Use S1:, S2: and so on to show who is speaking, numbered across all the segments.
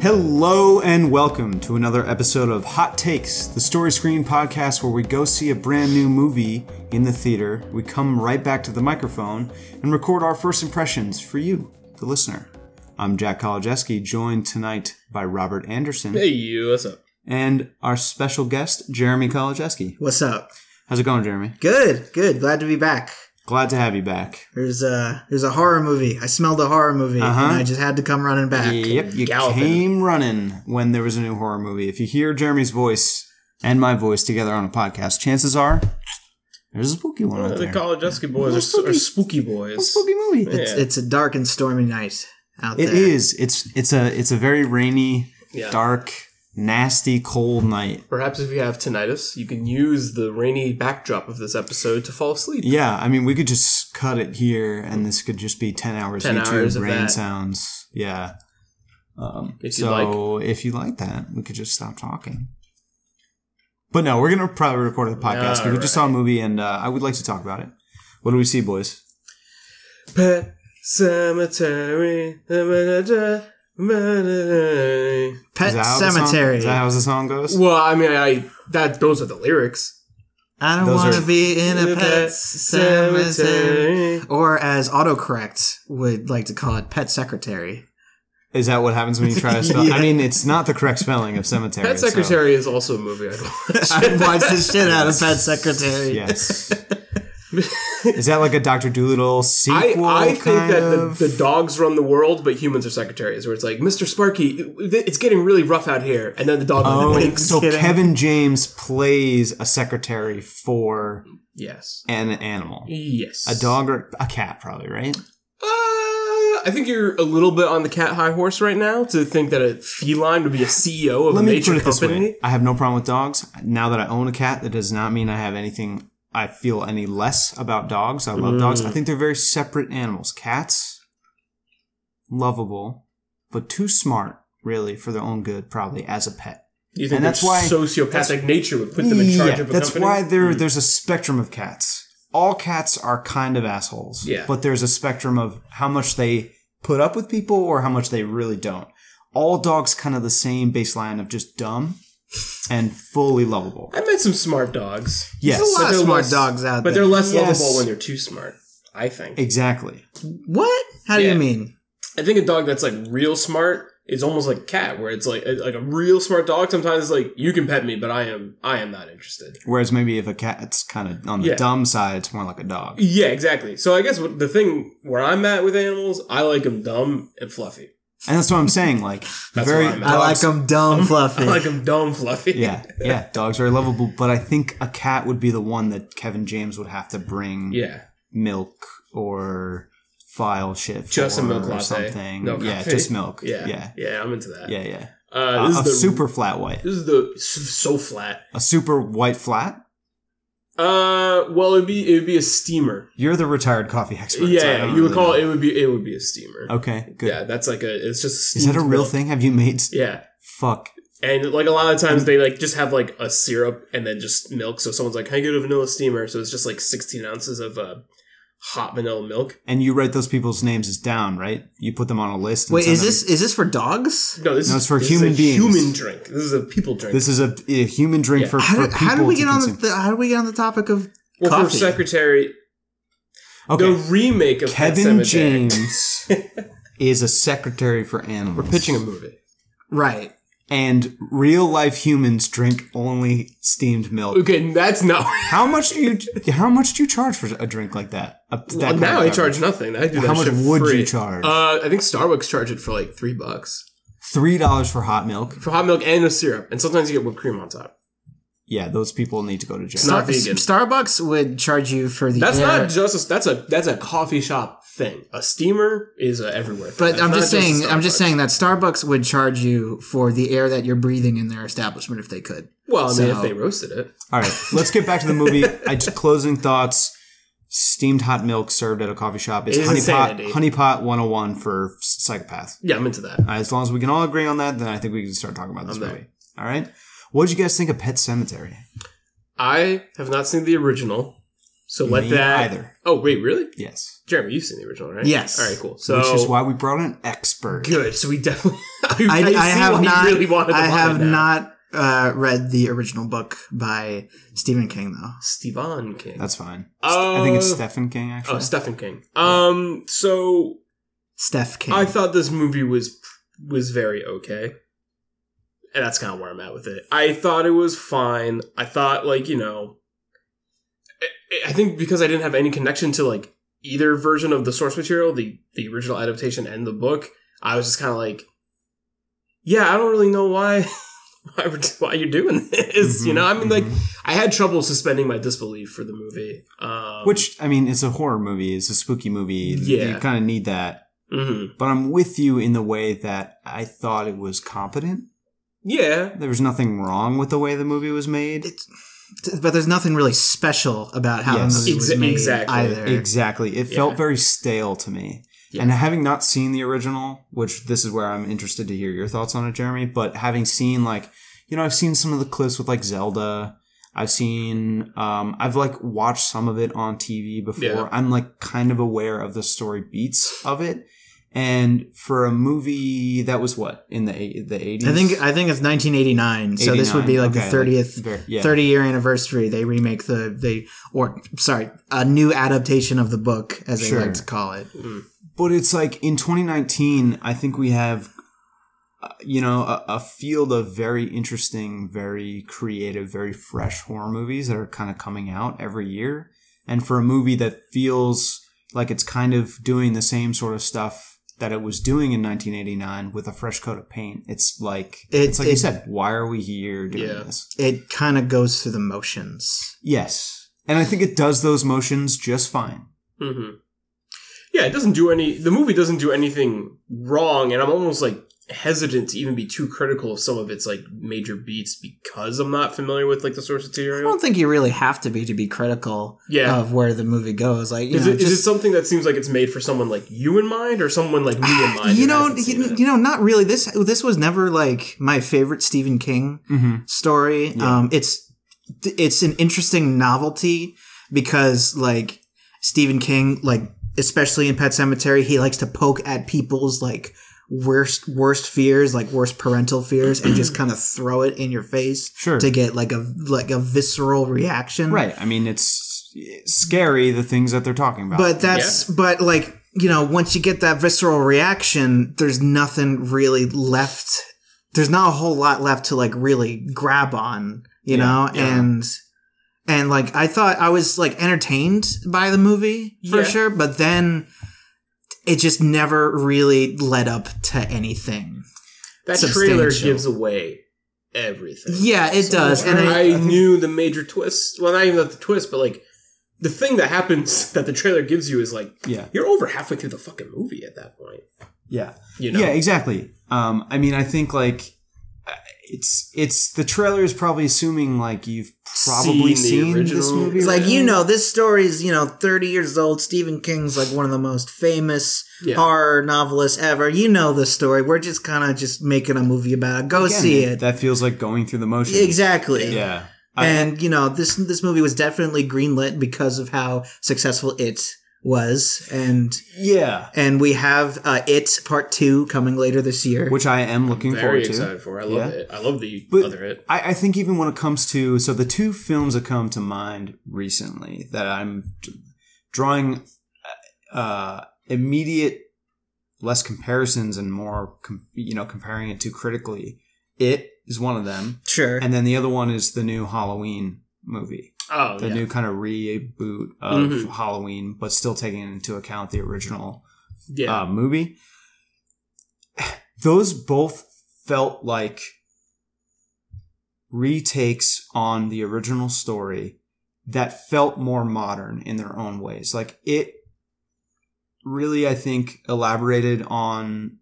S1: Hello and welcome to another episode of Hot Takes, the Story Screen podcast where we go see a brand new movie in the theater, we come right back to the microphone, and record our first impressions for you, the listener. I'm Jack Kolojeski, joined tonight by Robert Anderson
S2: Hey, you, what's up?
S1: and our special guest, Jeremy Kolojeski.
S3: What's up?
S1: How's it going, Jeremy?
S3: Good, good. Glad to be back.
S1: Glad to have you back.
S3: There's a there's a horror movie. I smelled a horror movie, and I just had to come running back.
S1: Uh-huh. Yep, you
S2: Galloping.
S1: came running when there was a new horror movie. If you hear Jeremy's voice and my voice together on a podcast, chances are there's a spooky one out
S2: The
S1: there.
S2: College Esky Boys are, spooky.
S1: spooky.
S2: are spooky boys.
S1: spooky movie.
S3: It's it's a dark and stormy night out
S1: It
S3: there.
S1: is. It's it's a it's a very rainy,
S2: Yeah.
S1: dark, nasty, cold night.
S4: Perhaps if you have tinnitus, you can use the rainy backdrop of this episode to fall asleep.
S1: Yeah, I mean, we could just cut it here, and this could just be ten hours
S4: 10
S1: YouTube
S4: hours of
S1: rain
S4: that.
S1: sounds. Yeah. Um,
S4: If you'd
S1: so if you like that, we could just stop talking. But no, we're gonna probably record a podcast because we just saw a movie, and uh, I would like to talk about it. What do we see, boys?
S4: Pet cemetery. Well,
S1: Is
S3: Pet
S1: that how the song-
S3: Cemetery.
S1: Is that how the song goes?
S4: I mean, I that those are the lyrics.
S3: I don't
S1: Those
S3: want
S1: are-
S3: to be in a pet
S4: Pet
S3: cemetery.
S4: cemetery.
S3: Or as autocorrect would like to call it, pet secretary.
S1: Is that what happens when you try to spell? I
S3: Yeah.
S1: mean, it's not the correct spelling of cemetery.
S4: Pet
S1: so-
S4: secretary is also a movie. I
S3: I
S4: watched.
S3: watched the shit out of pet secretary.
S1: Yes. Is that like a Doctor Doolittle
S4: I,
S1: sequel?
S4: I think
S1: kind
S4: that
S1: of?
S4: the, the dogs run the world, but humans are secretaries. Where it's like, Mister Sparky, it- it's getting really rough out here, and then the dog.
S1: Oh, so
S3: kidding.
S1: Kevin James plays a secretary for
S4: yes,
S1: an animal.
S4: yes,
S1: A dog or a cat, probably, right?
S4: Uh, I think you're a little bit on the cat high horse right now to think that a feline would be a CEO of
S1: Let
S4: a
S1: me
S4: major
S1: put it this way
S4: company.
S1: I have no problem with dogs. Now that I own a cat, that does not mean I have anything, I feel any less about dogs. I love dogs. I think they're very separate animals. Cats, lovable, but too smart, really, for their own good, probably, as a pet.
S4: You think
S1: And that's
S4: their
S1: why-
S4: sociopathic nature would put them in charge of a
S1: that's
S4: company?
S1: why
S4: Hmm.
S1: there there's a spectrum of cats. All cats are kind of assholes.
S4: Yeah.
S1: But there's a spectrum of how much they put up with people or how much they really don't. All dogs kind of the same baseline of just dumb and fully lovable.
S4: I met some smart dogs,
S1: Yes.
S3: There's a lot
S4: But
S3: of
S4: they're
S3: smart
S4: less-
S3: dogs out
S4: but
S3: there.
S4: they're less
S1: Yes.
S4: lovable when they're too smart. I think.
S1: Exactly.
S3: What? How do
S4: Yeah.
S3: you mean?
S4: I think a dog that's like real smart is almost like a cat, where it's like like a real smart dog. Sometimes is like you can pet me, but I am I am not interested.
S1: Whereas maybe if a cat's kind of on the
S4: Yeah.
S1: dumb side, it's more like a dog.
S4: Yeah, exactly. So I guess what- the thing where I'm at with animals, I like them dumb and fluffy.
S1: And that's what I'm saying. Like
S4: That's
S1: very
S4: what I meant.
S3: I like
S1: dogs-
S3: them dumb fluffy.
S4: I like them dumb fluffy.
S1: Yeah, yeah. Dogs are lovable, but I think a cat would be the one that Kevin James would have to bring
S4: Yeah.
S1: milk or file shit for
S4: Just a milk
S1: or
S4: latte.
S1: something.
S4: No
S1: yeah,
S4: coffee.
S1: just milk.
S4: Yeah.
S1: yeah,
S4: Yeah. I'm into that.
S1: yeah, yeah.
S4: Uh,
S1: A,
S4: this
S1: a
S4: is the
S1: super flat white,
S4: This is the s- so flat.
S1: a super white flat.
S4: Uh, well, it'd be it'd be a steamer.
S1: You're the retired coffee expert. so I
S4: yeah,
S1: don't
S4: you would
S1: really
S4: call
S1: know.
S4: it. It would be it would be a steamer.
S1: Okay, good.
S4: Yeah, that's like a. It's just. A
S1: Is that a
S4: steamed
S1: real
S4: milk.
S1: thing? Have you made?
S4: Yeah,
S1: Fuck.
S4: and like a lot of times they like just have like a syrup and then just milk. So someone's like, "Can I get a vanilla steamer?" So it's just like sixteen ounces of uh, hot vanilla milk.
S1: And you write those people's names as down, right? You put them on a list. And
S3: Wait,
S1: send
S3: is
S1: them-
S3: this is this for dogs?
S4: No, this
S1: No,
S4: is
S1: it's for
S4: this
S1: human
S4: is a
S1: beings.
S4: Human drink. This is a people drink.
S1: This is a, a human drink
S4: Yeah.
S1: for,
S3: How
S1: for
S3: did,
S1: people.
S3: how did we get
S1: to
S3: on
S1: consume.
S3: the how did we get on the topic of
S4: well, for
S3: coffee?
S4: secretary.
S1: Okay,
S4: The remake of Pet
S1: Kevin
S4: Sematary.
S1: James is a secretary for animals.
S4: We're pitching a movie.
S3: right.
S1: and real life humans drink only steamed milk.
S4: Okay, that's not.
S1: How much do you how much do you charge for a drink like that? A, that
S4: Well,
S1: kind
S4: now
S1: of
S4: I
S1: beverage?
S4: charge nothing. I do that
S1: How much
S4: shit
S1: would
S4: free.
S1: you charge?
S4: Uh, I think Starbucks charge it for like three bucks
S1: three dollars for hot milk.
S4: for hot milk and a syrup, and sometimes you get whipped cream on top.
S1: Yeah, those people need to go to jail.
S4: Not
S3: Star-
S4: vegan.
S3: Starbucks would charge you for the
S4: That's
S3: air,
S4: not just a, that's a that's a coffee shop thing. A steamer is a everywhere. Thing.
S3: But
S4: That's
S3: I'm
S4: not
S3: just
S4: a
S3: saying I'm just
S4: Starbucks.
S3: saying that Starbucks would charge you for the air that you're breathing in their establishment if they could.
S4: Well, I mean,
S3: So-
S4: if they roasted it,
S1: All right, let's get back to the movie. I just closing thoughts. Steamed hot milk served at a coffee shop is
S4: It is
S1: honey pot,
S4: insanity.
S1: honey pot 101 for psychopath.
S4: yeah, I'm into that.
S1: Uh, as long as we can all agree on that, then I think we can start talking about this
S4: I'm there.
S1: movie. All right. What did you guys think of Pet Cemetery?
S4: I have not seen the original, So let
S1: Me
S4: that.
S1: either.
S4: Oh wait, really?
S1: Yes.
S4: Jeremy, you've seen the original, right?
S3: Yes.
S4: All right, cool. So
S1: Which is why we brought an expert.
S4: good. So we definitely. I,
S3: I,
S4: see
S3: I have
S4: why you
S3: not.
S4: Really wanted to
S3: I
S4: watch
S3: have
S4: it now.
S3: not uh, read the original book by Stephen King though.
S4: Stephen King.
S1: That's fine.
S4: Oh.
S1: I think it's Stephen King, actually.
S4: oh, Stephen King. Um. So
S3: Steph King.
S4: I thought this movie was was very okay. And that's kind of where I'm at with it. I thought it was fine. I thought like, you know, I- I think because I didn't have any connection to like either version of the source material, the the original adaptation and the book, I was just kind of like yeah, I don't really know why why, we're, why you're doing this, you know? I mean like
S1: Mhm.
S4: I had trouble suspending my disbelief for the movie. Um
S1: mm-hmm. Which, I mean, it's a horror movie. It's a spooky movie. You
S4: Yeah.
S1: kind of need that.
S4: mhm.
S1: But I'm with you in the way that I thought it was competent.
S4: Yeah.
S1: There was nothing wrong with the way the movie was made.
S3: it's, but there's nothing really special about how
S1: Yes.
S3: the movie was
S4: Exa-
S3: made
S4: exactly.
S3: either.
S1: Exactly. It
S4: Yeah.
S1: felt very stale to me.
S4: Yeah.
S1: And having not seen the original, which this is where I'm interested to hear your thoughts on it, Jeremy, but having seen like, you know, I've seen some of the clips with like Zelda. I've seen, um, I've like watched some of it on TV before.
S4: Yeah.
S1: I'm like kind of aware of the story beats of it. And for a movie that was what in the eight- the 80s,
S3: I think I think it's 1989, so this would be like
S1: 89.
S3: the
S1: Okay,
S3: 30th
S1: very- yeah.
S3: 30 year anniversary. They remake the they or sorry, a new adaptation of the book as they
S1: Sure.
S3: like to call it.
S4: Hmm.
S1: but it's like in 2019 i think we have uh, you know a, a field of very interesting very creative very fresh horror movies that are kind of coming out every year and for a movie that feels like it's kind of doing the same sort of stuff that it was doing in 1989 with a fresh coat of paint it's like
S3: It-
S1: it's like you
S3: it-
S1: said why are we here doing
S4: Yeah.
S1: this
S3: It kind of goes through the motions.
S1: yes and i think it does those motions just fine
S4: hmm Yeah, it doesn't do any. The movie doesn't do anything wrong, and I'm almost like hesitant to even be too critical of some of its like major beats because I'm not familiar with like the source
S3: I
S4: material.
S3: don't think you really have to be to be critical
S4: Yeah.
S3: of where the movie goes. Like you
S4: Is
S3: know,
S4: it, is it something that seems like it's made for someone like you in mind or someone like me in mind?
S3: Ah, you
S4: who
S3: know,
S4: hasn't seen
S3: you,
S4: it?
S3: you know, not really. This this was never like my favorite Stephen King
S1: mm-hmm.
S3: story.
S1: Yeah.
S3: Um, it's it's an interesting novelty because like Stephen King, like especially in Pet Cemetery, he likes to poke at people's like worst worst fears, like worst parental fears, and just kind of throw it in your face
S1: Sure.
S3: to get like a like a visceral reaction.
S1: Right. I mean, it's scary the things that they're talking about.
S3: But that's but like you know, once you get that visceral reaction, there's nothing really left. There's not a whole lot left to like really grab on, you
S1: Yeah,
S3: know,
S4: yeah.
S3: and and like I thought I was like entertained by the movie for
S4: Yeah.
S3: sure, but then it just never really led up to anything.
S4: that trailer
S3: substantial.
S4: gives away everything.
S3: Yeah, it
S4: So
S3: does, and I,
S4: I, knew the major twist. Well, not even the twist, but like the thing that happens that the trailer gives you is like
S1: yeah,
S4: you're over halfway through the fucking movie at that point.
S1: yeah,
S4: You know.
S1: yeah, exactly. Um, I mean, I think like uh, it's it's the trailer is probably assuming like you've probably seen,
S4: Seen the
S1: this
S4: original.
S1: movie.
S3: it's like
S1: already.
S3: you know this story is you know 30 years old. Stephen King's like one of the most famous
S4: Yeah.
S3: horror novelist ever. You know the story. We're just kind of just making a movie about it. Go
S1: Again,
S3: see it.
S1: That feels like going through the motions.
S3: Exactly.
S1: Yeah. I-
S3: And you know this this movie was definitely greenlit because of how successful it was, and
S1: yeah.
S3: and we have uh, it part two coming later this year.
S1: Which I am looking
S4: very
S1: forward to.
S4: excited for. I love
S1: Yeah.
S4: it. I love the
S1: But-
S4: other it.
S1: I, I think even when it comes to so the two films that come to mind recently that I'm d- drawing uh, immediate less comparisons and more com- you know comparing it to critically. It is one of them,
S3: sure,
S1: and then the other one is the new Halloween movie,
S4: Oh
S1: the
S4: yeah.
S1: new kind of reboot of
S4: Mhm.
S1: Halloween, but still taking into account the original
S4: yeah.
S1: uh, movie. Those both felt like retakes on the original story that felt more modern in their own ways. Like it really, I think, elaborated on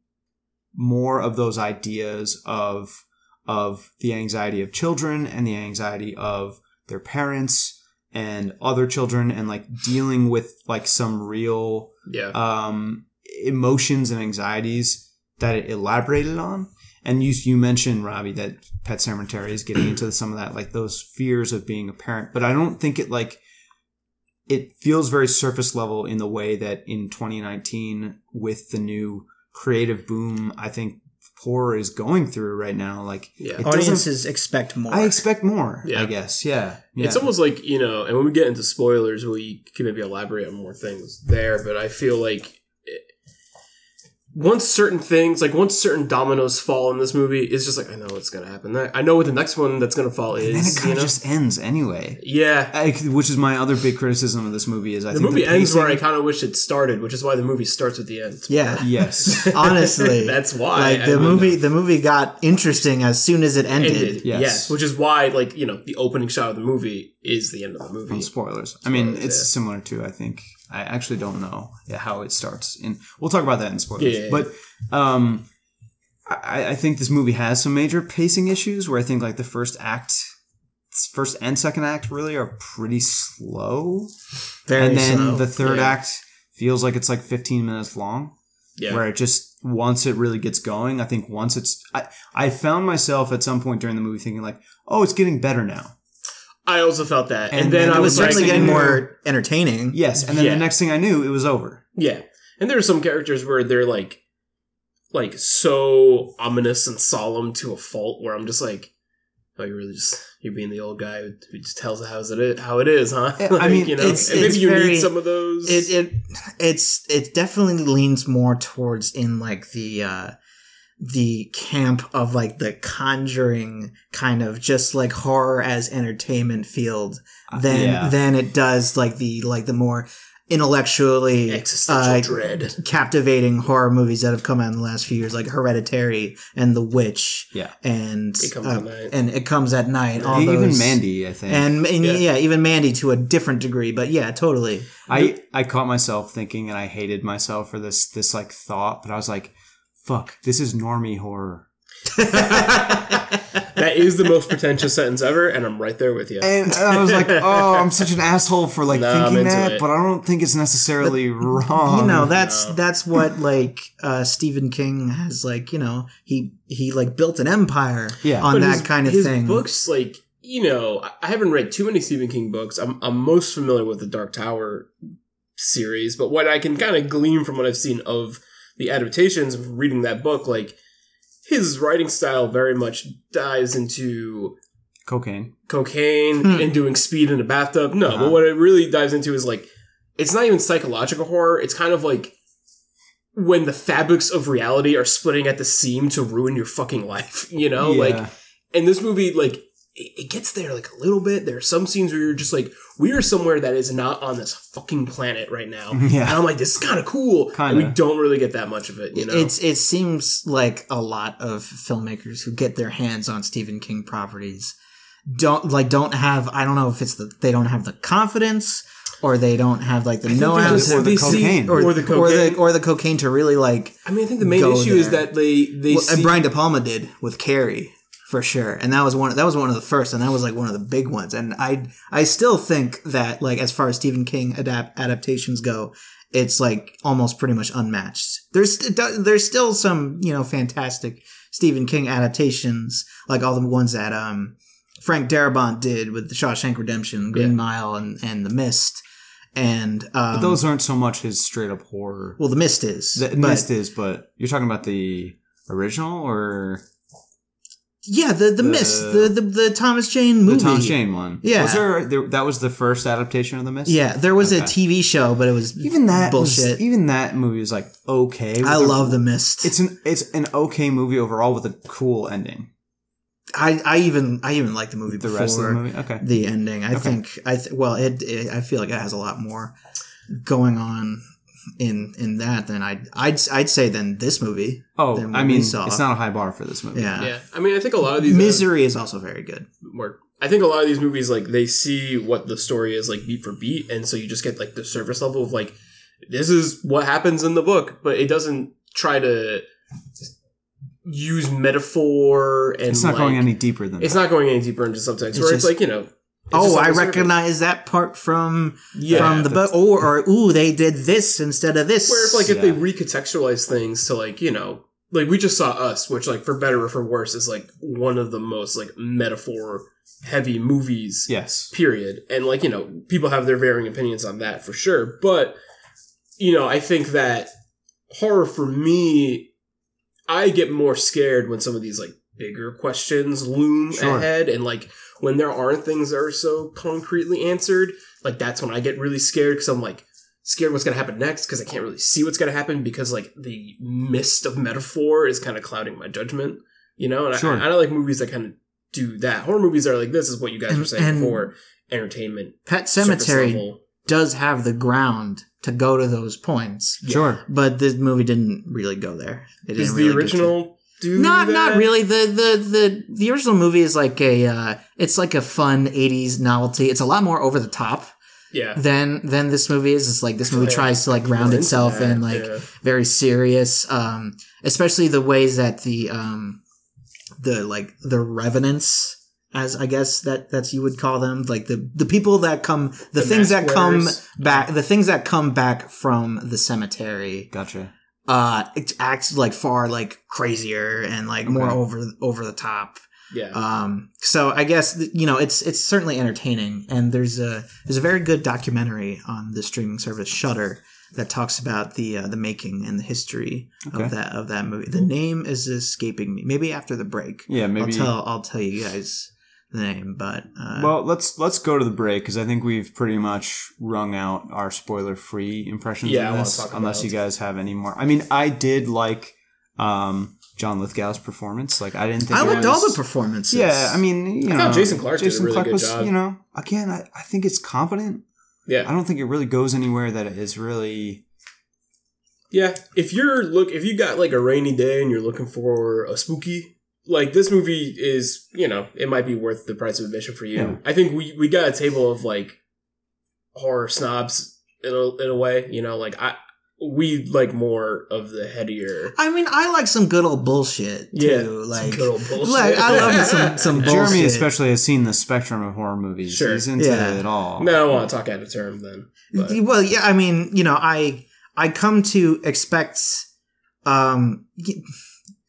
S1: more of those ideas of of the anxiety of children and the anxiety of their parents and other children and like dealing with like some real
S4: yeah.
S1: um, emotions and anxieties that it elaborated on. And you you mentioned Robbie that Pet Cemetery is getting into some of that, like those fears of being a parent. But I don't think it like it feels very surface level in the way that in 2019 with the new creative boom I think horror is going through right now like
S4: Yeah.
S1: it doesn't-
S3: Audiences expect more.
S1: I expect more I
S4: Yeah.
S1: guess yeah, yeah.
S4: It's almost like, you know, and when we get into spoilers, we can maybe elaborate on more things there, but I feel like it, once certain things, like once certain dominoes fall in this movie, it's just like, I know what's going to happen. I I know what the next one that's going to fall
S1: and then it
S4: is.
S1: kind
S4: You
S1: of
S4: know?
S1: just ends anyway
S4: yeah.
S1: I, which is my other big criticism of this movie is I
S4: The
S1: think
S4: movie
S1: the
S4: ends where I
S1: pacing-
S4: kind of wish it started, which is why the movie starts at the end.
S3: yeah.
S1: yes
S3: Honestly.
S4: That's why.
S3: like
S4: I
S3: the
S4: mean,
S3: movie the movie got interesting as soon as it ended.
S4: ended.
S1: Yes.
S4: Yes. Which is why, like, you know, the opening shot of the movie is the end of the
S1: on
S4: movie.
S1: spoilers. I mean,
S4: Spoilers,
S1: it's
S4: yeah.
S1: similar to I think I actually don't know how it starts, and we'll talk about that in spoilers.
S4: Yeah, yeah, yeah.
S1: But um, I, I think this movie has some major pacing issues where I think like the first act, first and second act really are pretty slow,
S3: Very
S1: and then
S3: slow.
S1: the third
S4: yeah.
S1: act feels like it's like 15 minutes long
S4: Yeah.
S1: where it just once it really gets going i think once it's I, I found myself at some point during the movie thinking like oh it's getting better now
S4: I also felt that. And,
S1: And
S4: then,
S1: then
S4: I
S3: it
S4: was
S3: was certainly
S4: like,
S3: getting more entertaining.
S1: yes and then
S4: Yeah.
S1: the next thing i knew it was over
S4: Yeah. And there are some characters where they're like like so ominous and solemn to a fault where I'm just like, Oh, you really just you're being the old guy who just tells it how's it how it is, huh?
S1: Yeah, I mean, it's-
S4: and maybe
S3: it's
S4: you
S3: very-
S4: need some of those.
S3: It it it's it definitely leans more towards in like the uh the camp of like the conjuring kind of just like horror as entertainment field
S4: Uh,
S3: than
S1: Yeah.
S3: than it does like the like the more intellectually
S4: existential
S3: uh,
S4: dread.
S3: captivating horror movies that have come out in the last few years, like Hereditary and The Witch.
S1: Yeah.
S3: and uh,
S4: It Comes at Night.
S3: um, and it comes at night. All
S1: even
S3: those-
S1: Mandy, I think.
S3: and, and yeah.
S4: Yeah.
S3: even Mandy to a different degree, but yeah, totally.
S1: I I caught myself thinking, and I hated myself for this this like thought, but I was like, "Fuck, this is normie horror."
S4: That is the most pretentious sentence ever, and I'm right there with you.
S1: And I was like, "Oh, I'm such an asshole for like
S4: Nah, I'm
S1: thinking
S4: into
S1: that,"
S4: it.
S1: but I don't think it's necessarily wrong.
S3: you know that's
S4: Um, no.
S3: that's what like uh, Stephen King has like you know he he like built an empire
S1: Yeah.
S3: on
S4: But
S3: that
S4: his-
S3: kind of
S4: his
S3: thing.
S4: Books like you know, I- I haven't read too many Stephen King books. I'm I'm most familiar with the Dark Tower series, but what I can kind of glean from what I've seen of the adaptations of reading that book, like his writing style very much dives into
S1: cocaine.
S4: cocaine
S3: Hmm.
S4: and doing speed in a bathtub. No,
S1: Uh-huh.
S4: but what it really dives into is like it's not even psychological horror. It's kind of like when the fabrics of reality are splitting at the seam to ruin your fucking life. You know,
S1: Yeah.
S4: like and this movie like it it gets there like a little bit there are some scenes where you're just like we are somewhere that is not on this fucking planet right now and
S1: yeah,
S4: i'm like this is kind of cool and we
S1: Mm-hmm. Kinda.
S4: don't really get that much of it you know
S3: It's it seems like a lot of filmmakers who get their hands on Stephen King properties don't like don't have I don't know if it's the they don't have the confidence or they don't have like the
S4: I think
S3: know
S4: they
S3: how
S4: just-
S1: or the
S4: they see-
S1: cocaine.
S4: or the
S3: or
S4: cocaine.
S3: the or the cocaine to really like
S4: i mean i think the main
S3: go
S4: issue is
S3: there.
S4: that they they
S3: well,
S4: see-
S3: and Brian De Palma did with Carrie for sure and that was one that was one of the first and that was like one of the big ones and I I still think that like as far as Stephen King adapt adaptations go it's like almost pretty much unmatched. There's it do- there's still some you know fantastic Stephen King adaptations like all the ones that um Frank Darabont did with The Shawshank Redemption, Green
S4: Yeah.
S3: Mile, and and The Mist, and um,
S1: But those aren't so much his straight up horror.
S3: well The Mist is
S1: the
S3: but-
S1: mist is, but you're talking about the original or
S3: yeah the, the Mist the,
S1: The-
S3: the the Thomas Jane movie
S1: the Thomas Jane one.
S3: Yeah.
S1: was there, there that was the first adaptation of the mist.
S3: yeah there was a
S1: Okay.
S3: TV show but it was
S1: even that was-
S3: bullshit
S1: even that movie is like okay.
S3: I
S1: with a-
S3: love The Mist
S1: It's an it's an okay movie overall with a cool ending.
S3: I I even I even like the movie
S1: The
S3: before
S1: rest of the movie, okay.
S3: the ending. I
S1: Okay.
S3: think I th- well, it, it I feel like it has a lot more going on in in that than I I'd I'd say than this movie.
S1: Oh,
S3: than what
S1: I
S3: we
S1: mean, it's
S3: saw.
S1: not a high bar for this movie.
S3: Yeah,
S4: yeah i mean i think a lot of these
S3: Misery is also very good.
S4: work. I think a lot of these movies like they see what the story is like beat for beat, and so you just get like the surface level of like this is what happens in the book, but it doesn't try to use metaphor and
S1: it's not
S4: like-
S1: going any deeper than
S4: It's
S1: that.
S4: not going any deeper into subtext.
S3: It's
S4: where
S3: just-
S4: it's like you know. it's
S3: oh,
S4: just on
S3: I
S4: the surface.
S3: recognize that part from
S4: Yeah,
S3: from the book. Or, or ooh, they did this instead of this.
S4: where if like if
S1: Yeah.
S4: they recontextualize things to like you know like we just saw us, which like for better or for worse is like one of the most like metaphor heavy movies
S1: Yes.
S4: period. And like, you know, people have their varying opinions on that for sure. But, you know, I think that horror for me, I get more scared when some of these like bigger questions loom
S1: Sure.
S4: ahead and like when there aren't things that are so concretely answered, like that's when I get really scared because I'm like scared what's going to happen next because I can't really see what's going to happen because like the mist of metaphor is kind of clouding my judgment, you know? And
S1: Sure.
S4: I, I don't like movies that kind of do that. Horror movies are like this is what you guys were
S3: And-
S4: saying
S3: and-
S4: for entertainment.
S3: Pet
S4: surface
S3: Cemetery
S4: level.
S3: does have the ground to go to those points,
S1: Sure.
S3: but this movie didn't really go there. It
S4: is
S3: didn't
S4: the
S3: really get to-
S4: original do
S3: Not
S4: that?
S3: not really. The the the the original movie is like a uh, it's like a fun '80s novelty. It's a lot more over the top
S4: Yeah.
S3: than than this movie is. It's like this movie
S4: Yeah.
S3: tries to like ground
S4: Into
S3: itself
S4: that,
S3: and like
S4: yeah.
S3: very serious um especially the ways that the um the like the revenants as i guess that that's you would call them like the the people that come the,
S4: The
S3: things
S4: mask
S3: that come
S4: wearers.
S3: back the things that come back from the cemetery
S1: Gotcha.
S3: uh it acts like far like crazier and like more
S1: Okay.
S3: over over the top
S4: yeah.
S3: um so i guess th- you know it's it's certainly entertaining and there's a there's a very good documentary on the streaming service shutter that talks about the uh, the making and the history
S1: Okay.
S3: of that of that movie the name is escaping me maybe after the break
S1: Yeah,
S3: i'll
S1: maybe.
S3: tell i'll tell you guys the name but uh
S1: Well, let's let's go to the break because I think we've pretty much wrung out our spoiler-free impressions.
S4: Yeah, I
S1: of
S4: wanna
S1: this,
S4: talk
S1: unless
S4: about-
S1: you guys have any more. I mean, I did like um, John Lithgow's performance. Like, I didn't think
S3: i
S1: it
S3: liked all
S1: was-
S3: the performances
S1: Yeah, I mean, you
S4: I
S1: know,
S4: thought Jason Clarke did a
S1: Jason
S4: really
S1: Clarke
S4: good
S1: was,
S4: job.
S1: you know, again, I, I think it's competent. I
S4: yeah.
S1: don't think it really goes anywhere that it is really.
S4: Yeah. If you're look if you got like a rainy day and you're looking for a spooky like this movie is, you know, it might be worth the price of admission for you.
S1: Yeah.
S4: I think we we got a table of like horror snobs in a, in a way, you know, like I we like more of the headier
S3: i mean i like some good old bullshit too
S4: Yeah,
S3: like
S4: good old bullshit.
S3: like i love some some bullshit.
S1: Jeremy, especially, has seen the spectrum of horror movies.
S4: Sure.
S1: He's into
S3: Yeah.
S1: it all.
S4: No, I don't want to talk out of term then. But
S3: Well, yeah, I mean, you know, I I come to expect um y-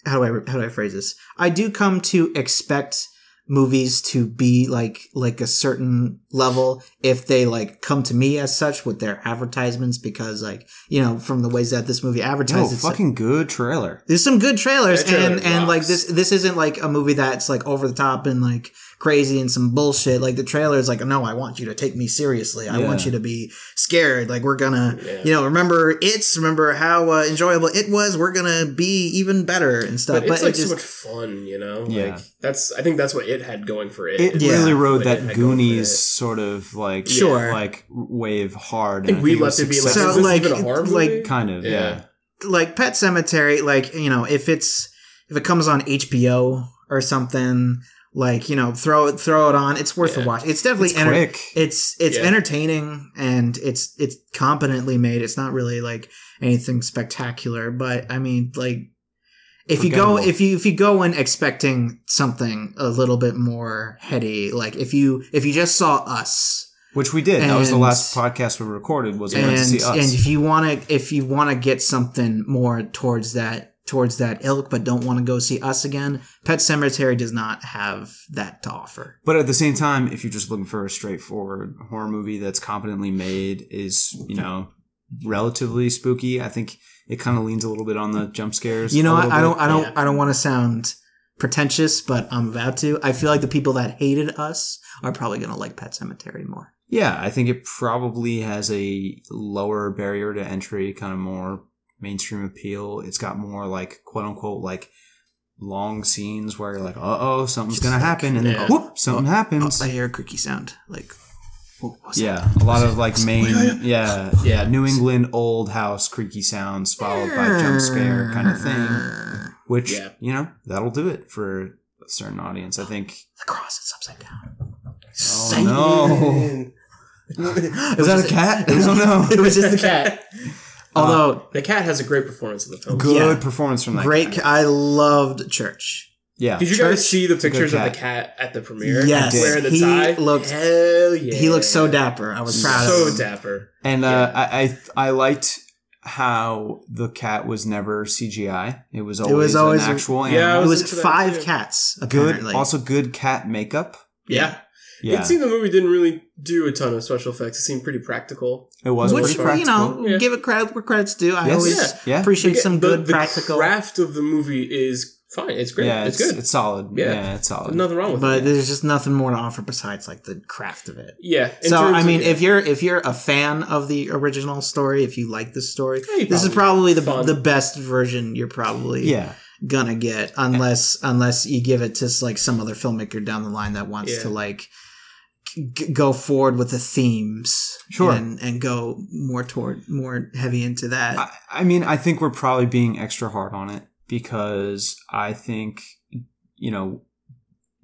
S3: how do I how do I phrase this? I do come to expect movies to be like like a certain level if they like come to me as such with their advertisements because like you know from the ways that this movie
S1: Yo,
S3: advertises like,
S1: fucking good trailer.
S3: there's some good trailers
S4: That trailer
S3: and and like
S4: rocks.
S3: this this isn't like a movie that's like over the top and like crazy and some bullshit like the trailer is like no i want you to take me seriously i want
S1: Yeah.
S3: you to be scared like we're gonna
S4: Yeah.
S3: you know remember it's remember how uh, enjoyable it was we're gonna be even better and stuff
S4: but
S3: but,
S4: it's like
S3: it just
S4: so much fun, you know.
S1: Yeah.
S4: Like that's I think that's what it had going for it.
S1: It
S3: Yeah.
S1: really rode
S4: Like, it
S1: that
S4: had going for
S1: Goonies
S4: it.
S1: sort of like
S3: Sure.
S1: like wave hard.
S4: I think we
S1: it
S4: left
S1: was
S4: it be like,
S3: So,
S4: is
S1: successful.
S4: this
S3: like,
S4: even a horror
S3: like-
S4: movie?
S1: kind of yeah.
S4: Yeah.
S3: like pet cemetery like you know if it's if it comes on hbo or something like you know throw it throw it on it's worth a
S4: Yeah.
S3: watch it's definitely
S1: It's
S3: enter-
S1: quick.
S3: it's it's
S4: Yeah.
S3: entertaining and it's it's competently made. It's not really like anything spectacular, but I mean like if you go
S1: Forgettable.
S3: if you if you go in expecting something a little bit more heady, like if you if you just saw us
S1: which we did. that was the
S3: And-
S1: last podcast we recorded. Was we
S3: and
S1: went to see
S3: and
S1: us.
S3: if you want to if you want to get something more towards that towards that ilk but don't want to go see us again, Pet Cemetery does not have that to offer.
S1: But at the same time, if you're just looking for a straightforward horror movie that's competently made, is you know relatively spooky. I think it kind of leans a little bit on the jump scares.
S3: You know,
S1: a little
S3: I, I
S1: bit.
S3: don't, I don't,
S4: Yeah.
S3: I don't want to sound pretentious, but I'm about to. I feel like the people that hated us are probably going to like Pet Cemetery more.
S1: Yeah, I think it probably has a lower barrier to entry, kind of more mainstream appeal. It's got more like quote unquote like long scenes where you're like, uh oh, something's
S3: Just
S1: gonna
S3: like-
S1: happen, and then
S4: yeah.
S1: whoop, something
S3: Oh,
S1: happens.
S3: I hear a creaky sound. Like, what was that?
S1: Yeah, a lot of like Maine, yeah, yeah, New England old house creaky sounds followed by jump scare kind of thing,
S3: The
S1: which
S4: Yeah.
S1: you know that'll do it for a certain audience. I think.
S3: cross is upside down.
S1: Oh no,
S3: It
S1: is that
S3: just-
S1: a cat? I don't know. Oh,
S3: It was just the cat. Although
S4: The cat has a great performance in the film.
S1: Good
S3: Yeah.
S1: performance from that.
S3: great,
S1: guy.
S3: ca- I loved Church.
S1: Yeah.
S4: Did you
S3: Church,
S4: guys see the pictures of
S1: cat.
S4: the cat at the premiere?
S3: Yes.
S1: I did.
S4: wearing the
S3: He
S4: tie.
S3: looked-
S4: Hell yeah.
S3: He looked so dapper. I was proud
S4: so
S3: of him.
S4: dapper.
S1: And uh, I, I I liked how the cat was never CGI. It was always,
S3: was always
S1: an
S3: a-
S1: actual
S4: Yeah, I
S1: animal.
S3: It
S4: was
S3: was
S4: into that
S3: five
S4: too.
S3: cats.
S1: good.
S3: Apparently.
S1: Also, good cat makeup.
S4: Yeah.
S1: Yeah,
S4: It seemed the movie didn't really do a ton of special effects. It seemed pretty practical.
S1: it was
S3: which
S1: pretty practical.
S3: you know,
S4: Yeah.
S3: give it credit where credit's due. I
S1: Yes.
S3: always
S1: yeah, yeah.
S3: appreciate
S4: Again,
S3: some
S4: the-
S3: good
S4: the
S3: practical.
S4: craft of the movie is fine. It's great.
S1: Yeah,
S4: it's,
S1: it's,
S4: good.
S1: It's solid. Yeah,
S4: Yeah.
S1: it's solid.
S4: Nothing wrong with
S3: but
S4: it.
S3: there's just nothing more to offer besides like the craft of it.
S4: Yeah. in
S3: so
S4: terms
S3: I
S4: of-
S3: mean, if you're if you're a fan of the original story, if you like this story,
S4: Yeah, you
S3: this is
S4: probably-
S3: probably the
S4: fun.
S3: the best version you're probably
S1: yeah,
S3: gonna get, unless unless you give it to like some other filmmaker down the line that wants
S4: Yeah.
S3: to like g- go forward with the themes,
S1: Sure.
S3: and and go more toward more heavy into that.
S1: I, I mean, I think we're probably being extra hard on it because I think you know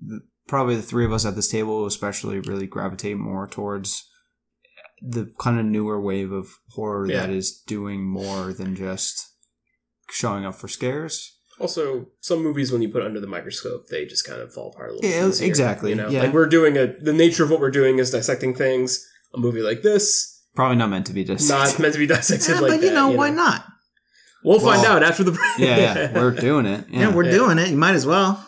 S1: th- probably the three of us at this table especially really gravitate more towards the kind of newer wave of horror
S4: Yeah.
S1: that is doing more than just showing up for scares.
S4: Also, some movies when you put it under the microscope, they just kind of fall apart a little.
S1: Yeah,
S4: bit easier,
S1: exactly,
S4: You know,
S1: yeah.
S4: like we're doing a the nature of what we're doing is dissecting things. A movie like this
S1: Probably not meant to be just
S4: not meant to be
S3: Yeah,
S4: dissected like
S3: Eh,
S4: uh,
S3: but you
S4: that,
S3: know why not?
S4: We'll
S1: Well,
S4: find out after the break.
S1: yeah, yeah, we're doing it. Yeah,
S3: Yeah, we're
S4: Yeah.
S3: doing it. You might as well.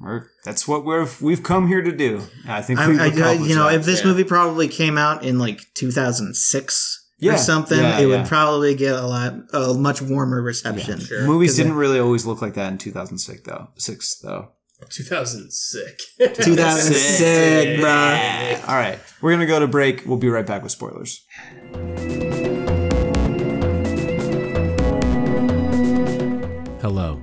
S1: We're- that's what we've we've come here to do. I think
S3: I,
S1: we've
S3: I-
S1: accomplished
S3: you know,
S1: that.
S3: if this
S4: yeah.
S3: movie probably came out in like 2006
S1: Yeah,
S3: or something,
S1: yeah, yeah.
S3: it would probably get a lot a much warmer reception.
S4: sure.
S1: Movies
S3: 'Cause, uh,
S1: didn't really always look like that in 2006 though. Six though.
S4: 2006.
S3: 2006, bruh.
S1: All right, we're gonna go to break. We'll be right back with spoilers.
S5: Hello,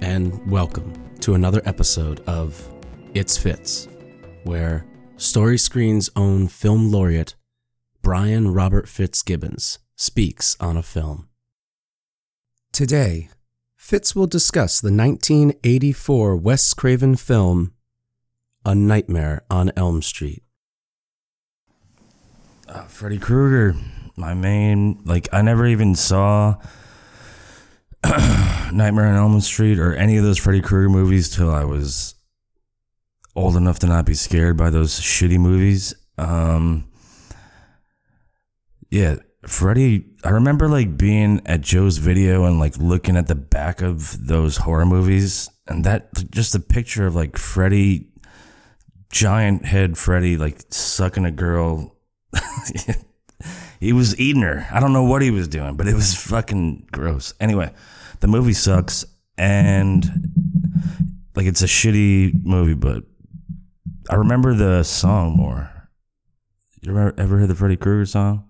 S5: and welcome to another episode of It's Fits, where Story Screen's own film laureate, Brian Robert Fitzgibbons, speaks on a film. Today, Fitz will discuss the 1984 Wes Craven film, A Nightmare on Elm Street.
S6: Uh, Freddy Krueger, my main. Like, I never even saw Nightmare on Elm Street or any of those Freddy Krueger movies till I was old enough to not be scared by those shitty movies. Um, yeah, Freddy. I remember like being at Joe's video and like looking at the back of those horror movies, and that just the picture of like Freddy, giant head Freddy, like sucking a girl. he was eating her. I don't know what he was doing, but it was fucking gross. Anyway, the movie sucks, and like it's a shitty movie, but I remember the song more. You remember, ever heard the Freddy Krueger song?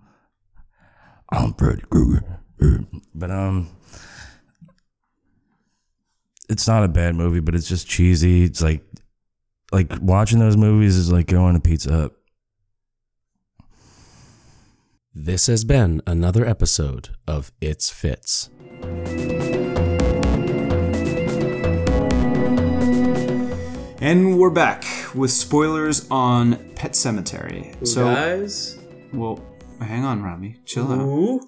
S6: I'm Freddy Krueger. But um it's not a bad movie, but it's just cheesy. It's like like watching those movies is like going to Pizza Hut.
S5: This has been another episode of It's Fits.
S1: And we're back with spoilers on Pet Cemetery.
S4: So,
S1: So,
S4: guys,
S1: well, hang on, Robbie, chill out.
S4: ooh,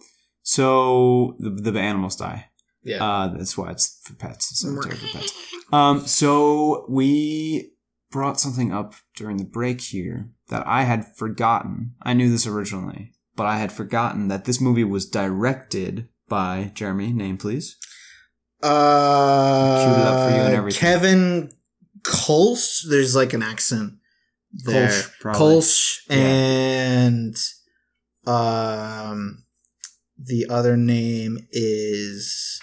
S1: So the the animals die.
S4: yeah,
S1: Uh, that's why it's for pets. It's not terrible for pets. Um, so we brought something up during the break here that I had forgotten. I knew this originally, but I had forgotten that this movie was directed by Jeremy. Name, please.
S3: Uh,
S1: Queued it up for you and everything.
S3: Kevin Kolsch. There's like an accent there.
S1: Kolsch, probably.
S3: Kolsch
S1: Yeah.
S3: and um, the other name is.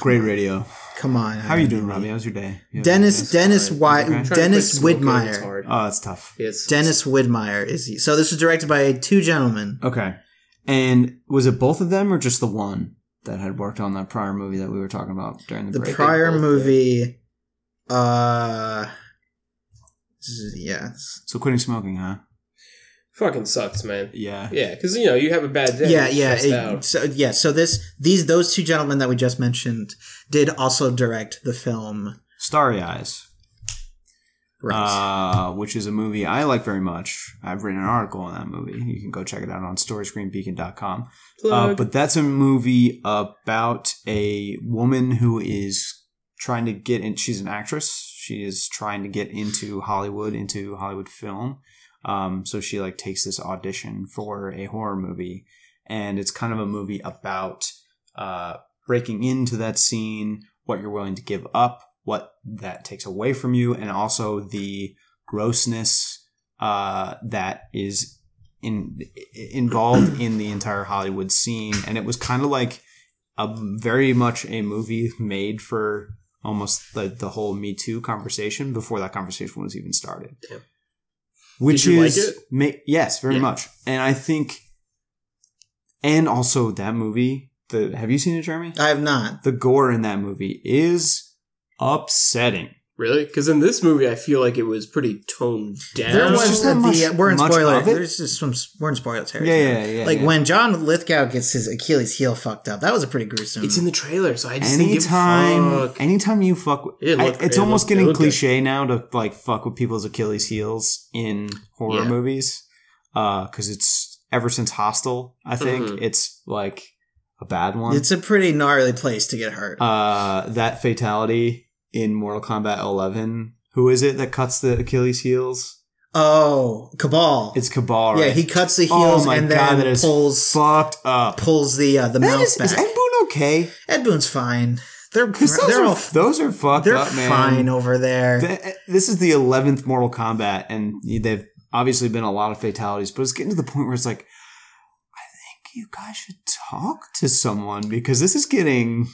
S1: Great radio.
S3: Come on,
S1: How are you doing, Robbie? How's your day? You having a
S3: Dennis
S1: nice-
S3: Dennis
S1: Alright.
S3: Wy-
S1: Okay.
S4: Trying to
S3: Dennis
S4: quit smoking, it's
S3: Widmeyer.
S4: hard.
S1: Oh, that's tough.
S4: It's-
S3: Dennis Widmeyer is he? So this was directed by two gentlemen.
S1: Okay. And was it both of them or just the one that had worked on that prior movie that we were talking about during the,
S3: the
S1: break?
S3: prior
S4: both
S3: movie, uh, z- yes,
S1: so quitting smoking, huh?
S4: fucking sucks, man.
S1: Yeah.
S4: Yeah, because you know you have a bad day.
S3: yeah,
S4: you're
S3: yeah.
S4: stressed
S3: it-
S4: out.
S3: so yeah, so this these those two gentlemen that we just mentioned did also direct the film.
S1: Starry Eyes.
S3: Right.
S1: uh, which is a movie I like very much. I've written an article on that movie. You can go check it out on storyscreenbeacon.com. Uh,
S4: Plug.
S1: but that's a movie about a woman who is trying to get in. She's an actress. She is trying to get into Hollywood, into Hollywood film. Um, so she like takes this audition for a horror movie, and it's kind of a movie about uh, breaking into that scene, what you're willing to give up, what that takes away from you, and also the grossness uh, that is in involved in the entire Hollywood scene. And it was kind of like a very much a movie made for almost the, the whole Me Too conversation before that conversation was even started.
S4: Damn.
S1: Which
S4: Did you like
S1: is
S4: it?
S1: ma- yes, very
S4: Yeah.
S1: much. And I think, and also that movie. The have you seen it, Jeremy?
S4: Uh,
S3: I have not.
S1: the gore in that movie is upsetting.
S4: Really? Because in this movie, I feel like it was pretty toned down.
S3: There was
S1: just
S3: the,
S1: not much-
S3: uh, we're in
S1: much
S3: spoiler.
S1: of it.
S3: There's just some we're in spoiler territory.
S1: Yeah, yeah, yeah.
S3: like
S1: yeah.
S3: when John Lithgow gets his Achilles heel fucked up, that was a pretty gruesome.
S4: It's in the trailer, so I just didn't give a
S1: anytime,
S4: fuck.
S1: anytime you fuck, with,
S4: It looked-
S1: I, it's
S4: it
S1: almost
S4: looked- it
S1: getting
S4: looked good.
S1: cliche now to like fuck with people's Achilles heels in horror
S4: Yeah.
S1: movies, because it's ever since Hostel. I think
S4: Mhm.
S1: it's like a bad one.
S3: It's a pretty gnarly place to get hurt.
S1: uh, that fatality in Mortal Kombat 11. Who is it that cuts the Achilles heels?
S3: oh, Cabal.
S1: It's Cabal.
S3: yeah,
S1: right?
S3: he cuts the
S1: Oh
S3: heels
S1: my
S3: and
S1: god,
S3: then
S1: that is
S3: pulls
S1: fucked up.
S3: pulls the uh, the
S1: That
S3: mouth
S1: is,
S3: back.
S1: is Ed Boon okay?
S3: Ed Boon's fine. They're
S1: Because those,
S3: they're
S1: are-
S3: all
S1: those are fucked
S3: they're
S1: up, man.
S3: fine over there.
S1: Th- This is the 11th Mortal Kombat, and they've obviously been a lot of fatalities, but it's getting to the point where it's like, I think you guys should talk to someone because this is getting.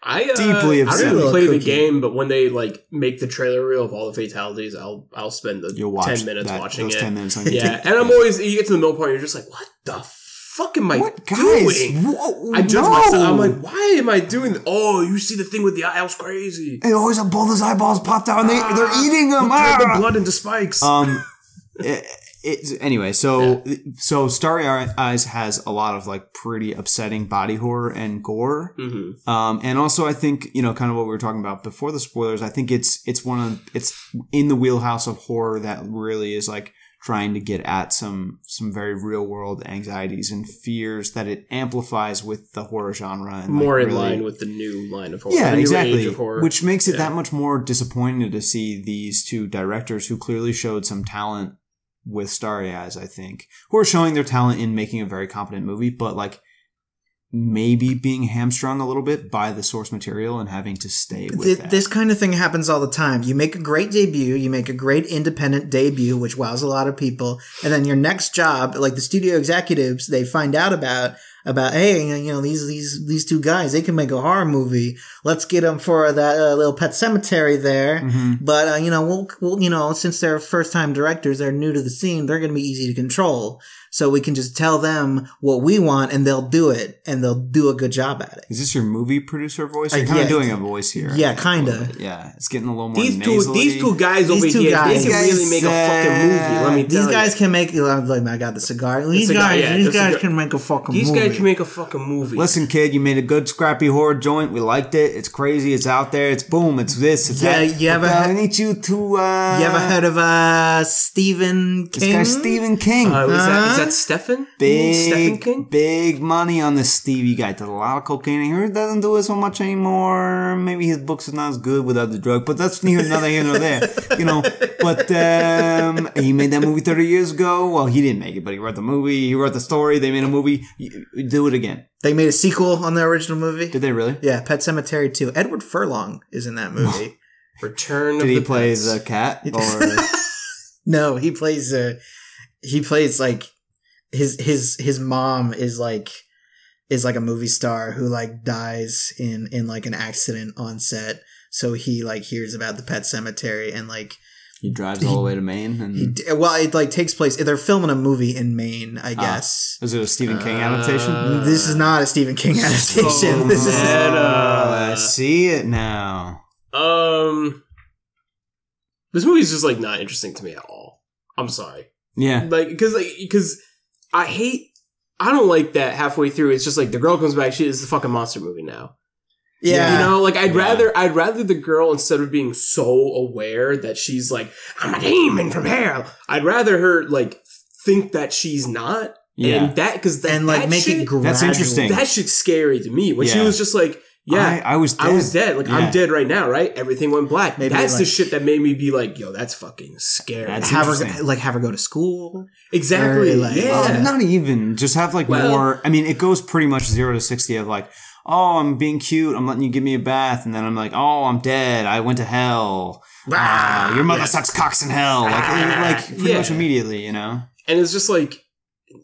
S4: I uh,
S1: deeply
S4: deeply I
S1: upset.
S4: don't even play the
S3: Cookie.
S4: game, but when they like make the trailer reel of all the fatalities, I'll I'll spend the
S1: You'll watch
S4: ten minutes
S1: that-
S4: watching
S1: those
S4: it.
S1: 10 minutes on
S4: yeah, and I'm always you get to the middle part, you're just like, what the fuck am I
S1: What guys?
S4: doing?
S1: Whoa,
S4: I judge
S1: no.
S4: myself. I'm like, why am I doing? This? Oh, you see the thing with the eye? I was crazy.
S1: They always have both his eyeballs popped out and they, they're eating them.
S4: Turn
S1: ah!
S4: the blood into spikes.
S1: Um, it, it's anyway. So so Starry Eyes has a lot of like pretty upsetting body horror and gore.
S4: hmm
S1: Um, and also, I think you know, kind of what we were talking about before the spoilers. I think it's it's one of it's in the wheelhouse of horror that really is like trying to get at some some very real world anxieties and fears that it amplifies with the horror genre. And like,
S4: More in
S1: really-
S4: line with the new line of horror.
S1: yeah,
S4: the new
S1: exactly.
S4: Age of horror.
S1: Which makes it
S4: Yeah.
S1: that much more disappointing to see these two directors who clearly showed some talent with Starry Eyes, I think, who are showing their talent in making a very competent movie, but like maybe being hamstrung a little bit by the source material and having to stay with
S3: Th-
S1: that.
S3: this kind of thing happens all the time. You make a great debut, you make a great independent debut, which wows a lot of people, and then your next job, like the studio executives, they find out about about hey, you know these these these two guys, they can make a horror movie. Let's get them for that uh, little pet cemetery there.
S1: Mhm.
S3: But uh, you know, we'll, we'll you know, since they're first time directors, they're new to the scene. They're going to be easy to control, so we can just tell them what we want, and they'll do it, and they'll do a good job at it.
S1: Is this your movie producer voce? You're
S3: Uh,
S1: kind of
S3: yeah.
S1: doing a voice here.
S3: Yeah, kinda.
S1: Yeah, it's getting a little more
S4: these two,
S1: nasally.
S4: these two guys
S3: These
S4: over
S3: two
S4: here,
S3: guys-
S4: they can really make a fucking movie. Let me tell
S3: These
S4: you.
S3: guys can make. I'm like, I got the cigar. These
S4: a guy,
S3: guys,
S4: yeah,
S3: these
S4: the
S3: guys
S4: cigar-
S3: can make a fucking
S4: These
S3: movie.
S4: guys can make a fucking movie.
S1: Listen, kid, you made a good scrappy horror joint. We liked it. It's crazy. It's out there. It's boom. It's this. It's
S3: Yeah,
S1: that.
S3: you ever
S1: But
S3: had-
S1: I need you to. Uh,
S3: you ever heard of uh Stephen
S1: This
S3: King? Oh,
S1: guy Stephen King.
S4: uh, was that,
S3: Huh?
S4: is that Stefan? Stephen
S1: big,
S4: King?
S1: big money on this Stevie guy. Did a lot of cocaine. He heard doesn't do it so much anymore. Maybe his books are not as good without the drug, but that's neither neither here nor there. You know. But um, he made that movie thirty years ago. Well, he didn't make it, but he wrote the movie. He wrote the story. They made a movie. You- you Do it again.
S3: They made a sequel on the original movie.
S1: Did they really?
S3: yeah, Pet Cemetery 2. Edward Furlong is in that movie.
S4: Return of
S1: Did he
S4: the
S1: play
S4: Pets.
S1: the cat or?
S3: no, he plays uh he plays like his his his mom is like is like a movie star who like dies in in like an accident on set. So he like hears about the pet cemetery and like
S1: He drives all the way to Maine,
S3: He
S1: and
S3: d well, it like takes place. They're filming a movie in Maine, I
S1: Ah.
S3: guess.
S1: is it a Stephen King adaptation?
S4: Uh,
S3: this is not a Stephen King adaptation. this is
S4: man.
S1: Oh, I see it now.
S4: Um, this movie's just like not interesting to me at all. I'm sorry,
S1: Yeah,
S4: like because like because I hate. I don't like that halfway through. It's just like the girl comes back. She is the fucking monster movie now.
S3: yeah.
S4: You know, like I'd
S1: Yeah.
S4: rather I'd rather the girl instead of being so aware that she's like I'm a demon from hell. I'd rather her like think that she's not
S1: yeah.
S4: and that because
S3: and like make it gradual.
S1: That's interesting.
S4: That shit's scary to me. When she
S1: Yeah.
S4: was just like, Yeah,
S1: I- I was
S4: I was
S1: dead.
S4: dead. Like
S1: Yeah.
S4: I'm dead right now, right? Everything went black.
S3: Maybe,
S4: that's the
S3: like-
S4: shit that made me be like, yo, that's fucking scary.
S1: That's
S3: have her
S1: interesting.
S3: like have her go to school.
S4: exactly.
S3: very, like,
S4: yeah.
S3: um,
S1: Not even. Just have like
S4: Well-
S1: more. I mean, it goes pretty much zero to 60 of like, oh, I'm being cute. I'm letting you give me a bath. And then I'm like, oh, I'm dead. I went to hell. Ah, your mother sucks cocks in hell. Like, like pretty
S4: Ah, Yeah.
S1: much immediately, you know?
S4: and it's just like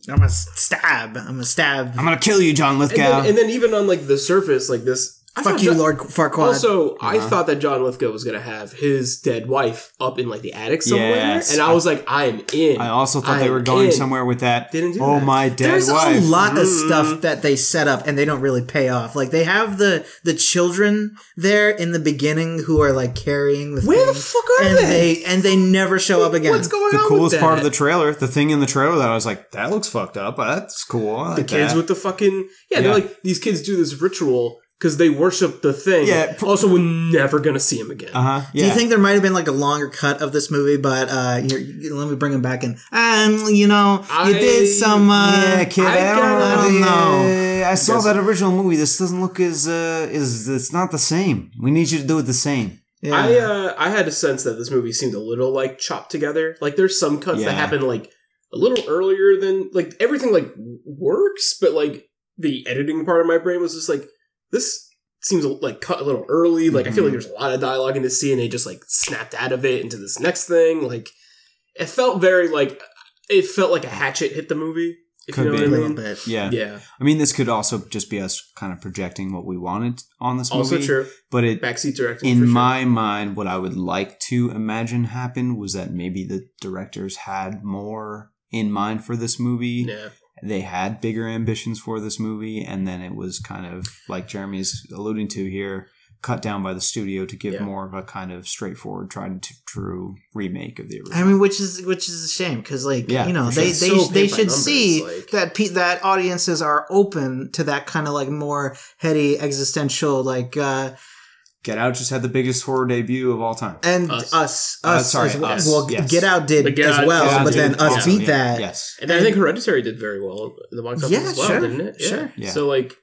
S3: I'm gonna stab. I'm gonna stab.
S1: I'm going to kill you, John
S4: and,
S1: Lithgow.
S4: then, and then even on like the surface, like this I
S3: Fuck
S4: thought
S3: you,
S4: Jo-
S3: Lord Farquaad.
S4: Also, I
S1: Uh-huh.
S4: thought that John Lithgow was gonna have his dead wife up in like the attic somewhere,
S1: Yes.
S4: and I was like, I am in.
S1: I also thought they
S4: I'm
S1: were going
S4: in.
S1: somewhere with that.
S4: Didn't do
S1: oh,
S4: that.
S1: my dead
S3: There's
S1: wife.
S3: a lot of stuff that they set up and they don't really pay off. Like they have the the children there in the beginning who are like carrying the
S4: Where the
S3: thing,
S4: fuck are
S3: and
S4: they?
S3: And they never show up again.
S4: What's going
S1: the
S4: on? with
S1: coolest part of
S4: that?
S1: the trailer, the thing in the trailer that I was like, that looks fucked up. but That's cool. I
S4: the
S1: like
S4: kids
S1: that.
S4: with the fucking yeah,
S1: Yeah.
S4: They're like these kids do this ritual because they worship the thing.
S1: Yeah, pr-
S4: also, we're never gonna see him again.
S1: Uh huh. Yeah.
S3: Do you think there might have been like a longer cut of this movie? But uh, you're, you- let me bring him back in. Um, you know,
S4: I-
S3: you did some. Uh,
S1: yeah, kid. I,
S4: I
S1: don't,
S4: gotta-
S1: I don't know. I saw
S4: Guess-
S1: that original movie. This doesn't look as uh, is. It's not the same. We need you to do it the same.
S3: yeah.
S4: I uh, I had a sense that this movie seemed a little like chopped together. Like there's some cuts
S1: Yeah.
S4: that happen like a little earlier than like everything like works, but like the editing part of my brain was just like this seems like cut a little early. Like I feel like
S1: Mm-hmm.
S4: there's a lot of dialogue in this scene, and they just like snapped out of it into this next thing. Like it felt very like it felt like a hatchet hit the movie. If
S1: Could
S4: you know
S1: be.
S3: a
S4: what I
S3: little
S4: mean?
S3: bit.
S1: Yeah.
S4: Yeah,
S1: I mean, this could also just be us kind of projecting what we wanted on this
S4: also
S1: movie.
S4: true.
S1: But it,
S4: Backseat directing
S1: in
S4: for sure.
S1: my mind, what I would like to imagine happen was that maybe the directors had more in mind for this movie.
S4: yeah.
S1: they had bigger ambitions for this movie, and then it was kind of like Jeremy's alluding to here, cut down by the studio to give
S4: Yeah.
S1: more of a kind of straightforward, tried to true remake of the original.
S3: I mean, which is which is a shame because, like,
S1: Yeah,
S3: you know,
S1: for sure.
S3: they
S4: It's
S3: they,
S4: so
S3: they
S4: paint by
S3: should
S4: numbers,
S3: see
S4: like-
S3: that pe- that audiences are open to that kind of like more heady existential, like, uh,
S1: Get Out just had the biggest horror debut of all time.
S3: and us
S4: Us.
S3: us,
S1: Uh, sorry,
S3: as well.
S1: us,
S3: well
S1: yes.
S3: Get Out did
S4: But Get
S3: as
S4: Out-
S3: well,
S4: Get Out
S3: but
S4: did
S3: then us
S4: awesome,
S3: beat
S1: yeah,
S3: that.
S1: Yes.
S4: And I think Hereditary did very well in the box office
S3: Yeah,
S4: as well,
S3: sure,
S4: didn't it? Yeah.
S3: sure.
S1: Yeah.
S4: So like,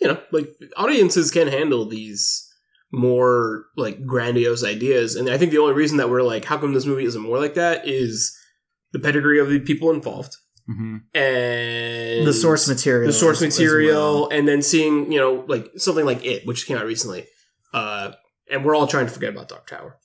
S4: you know, like audiences can handle these more like grandiose ideas, and I think the only reason that we're like, how come this movie isn't more like that, is the pedigree of the people involved
S1: hmm
S4: and
S3: The source material,
S4: the source
S3: as- as
S4: material,
S3: well.
S4: and then seeing you know like something like it, which came out recently, uh, and we're all trying to forget about Dark Tower.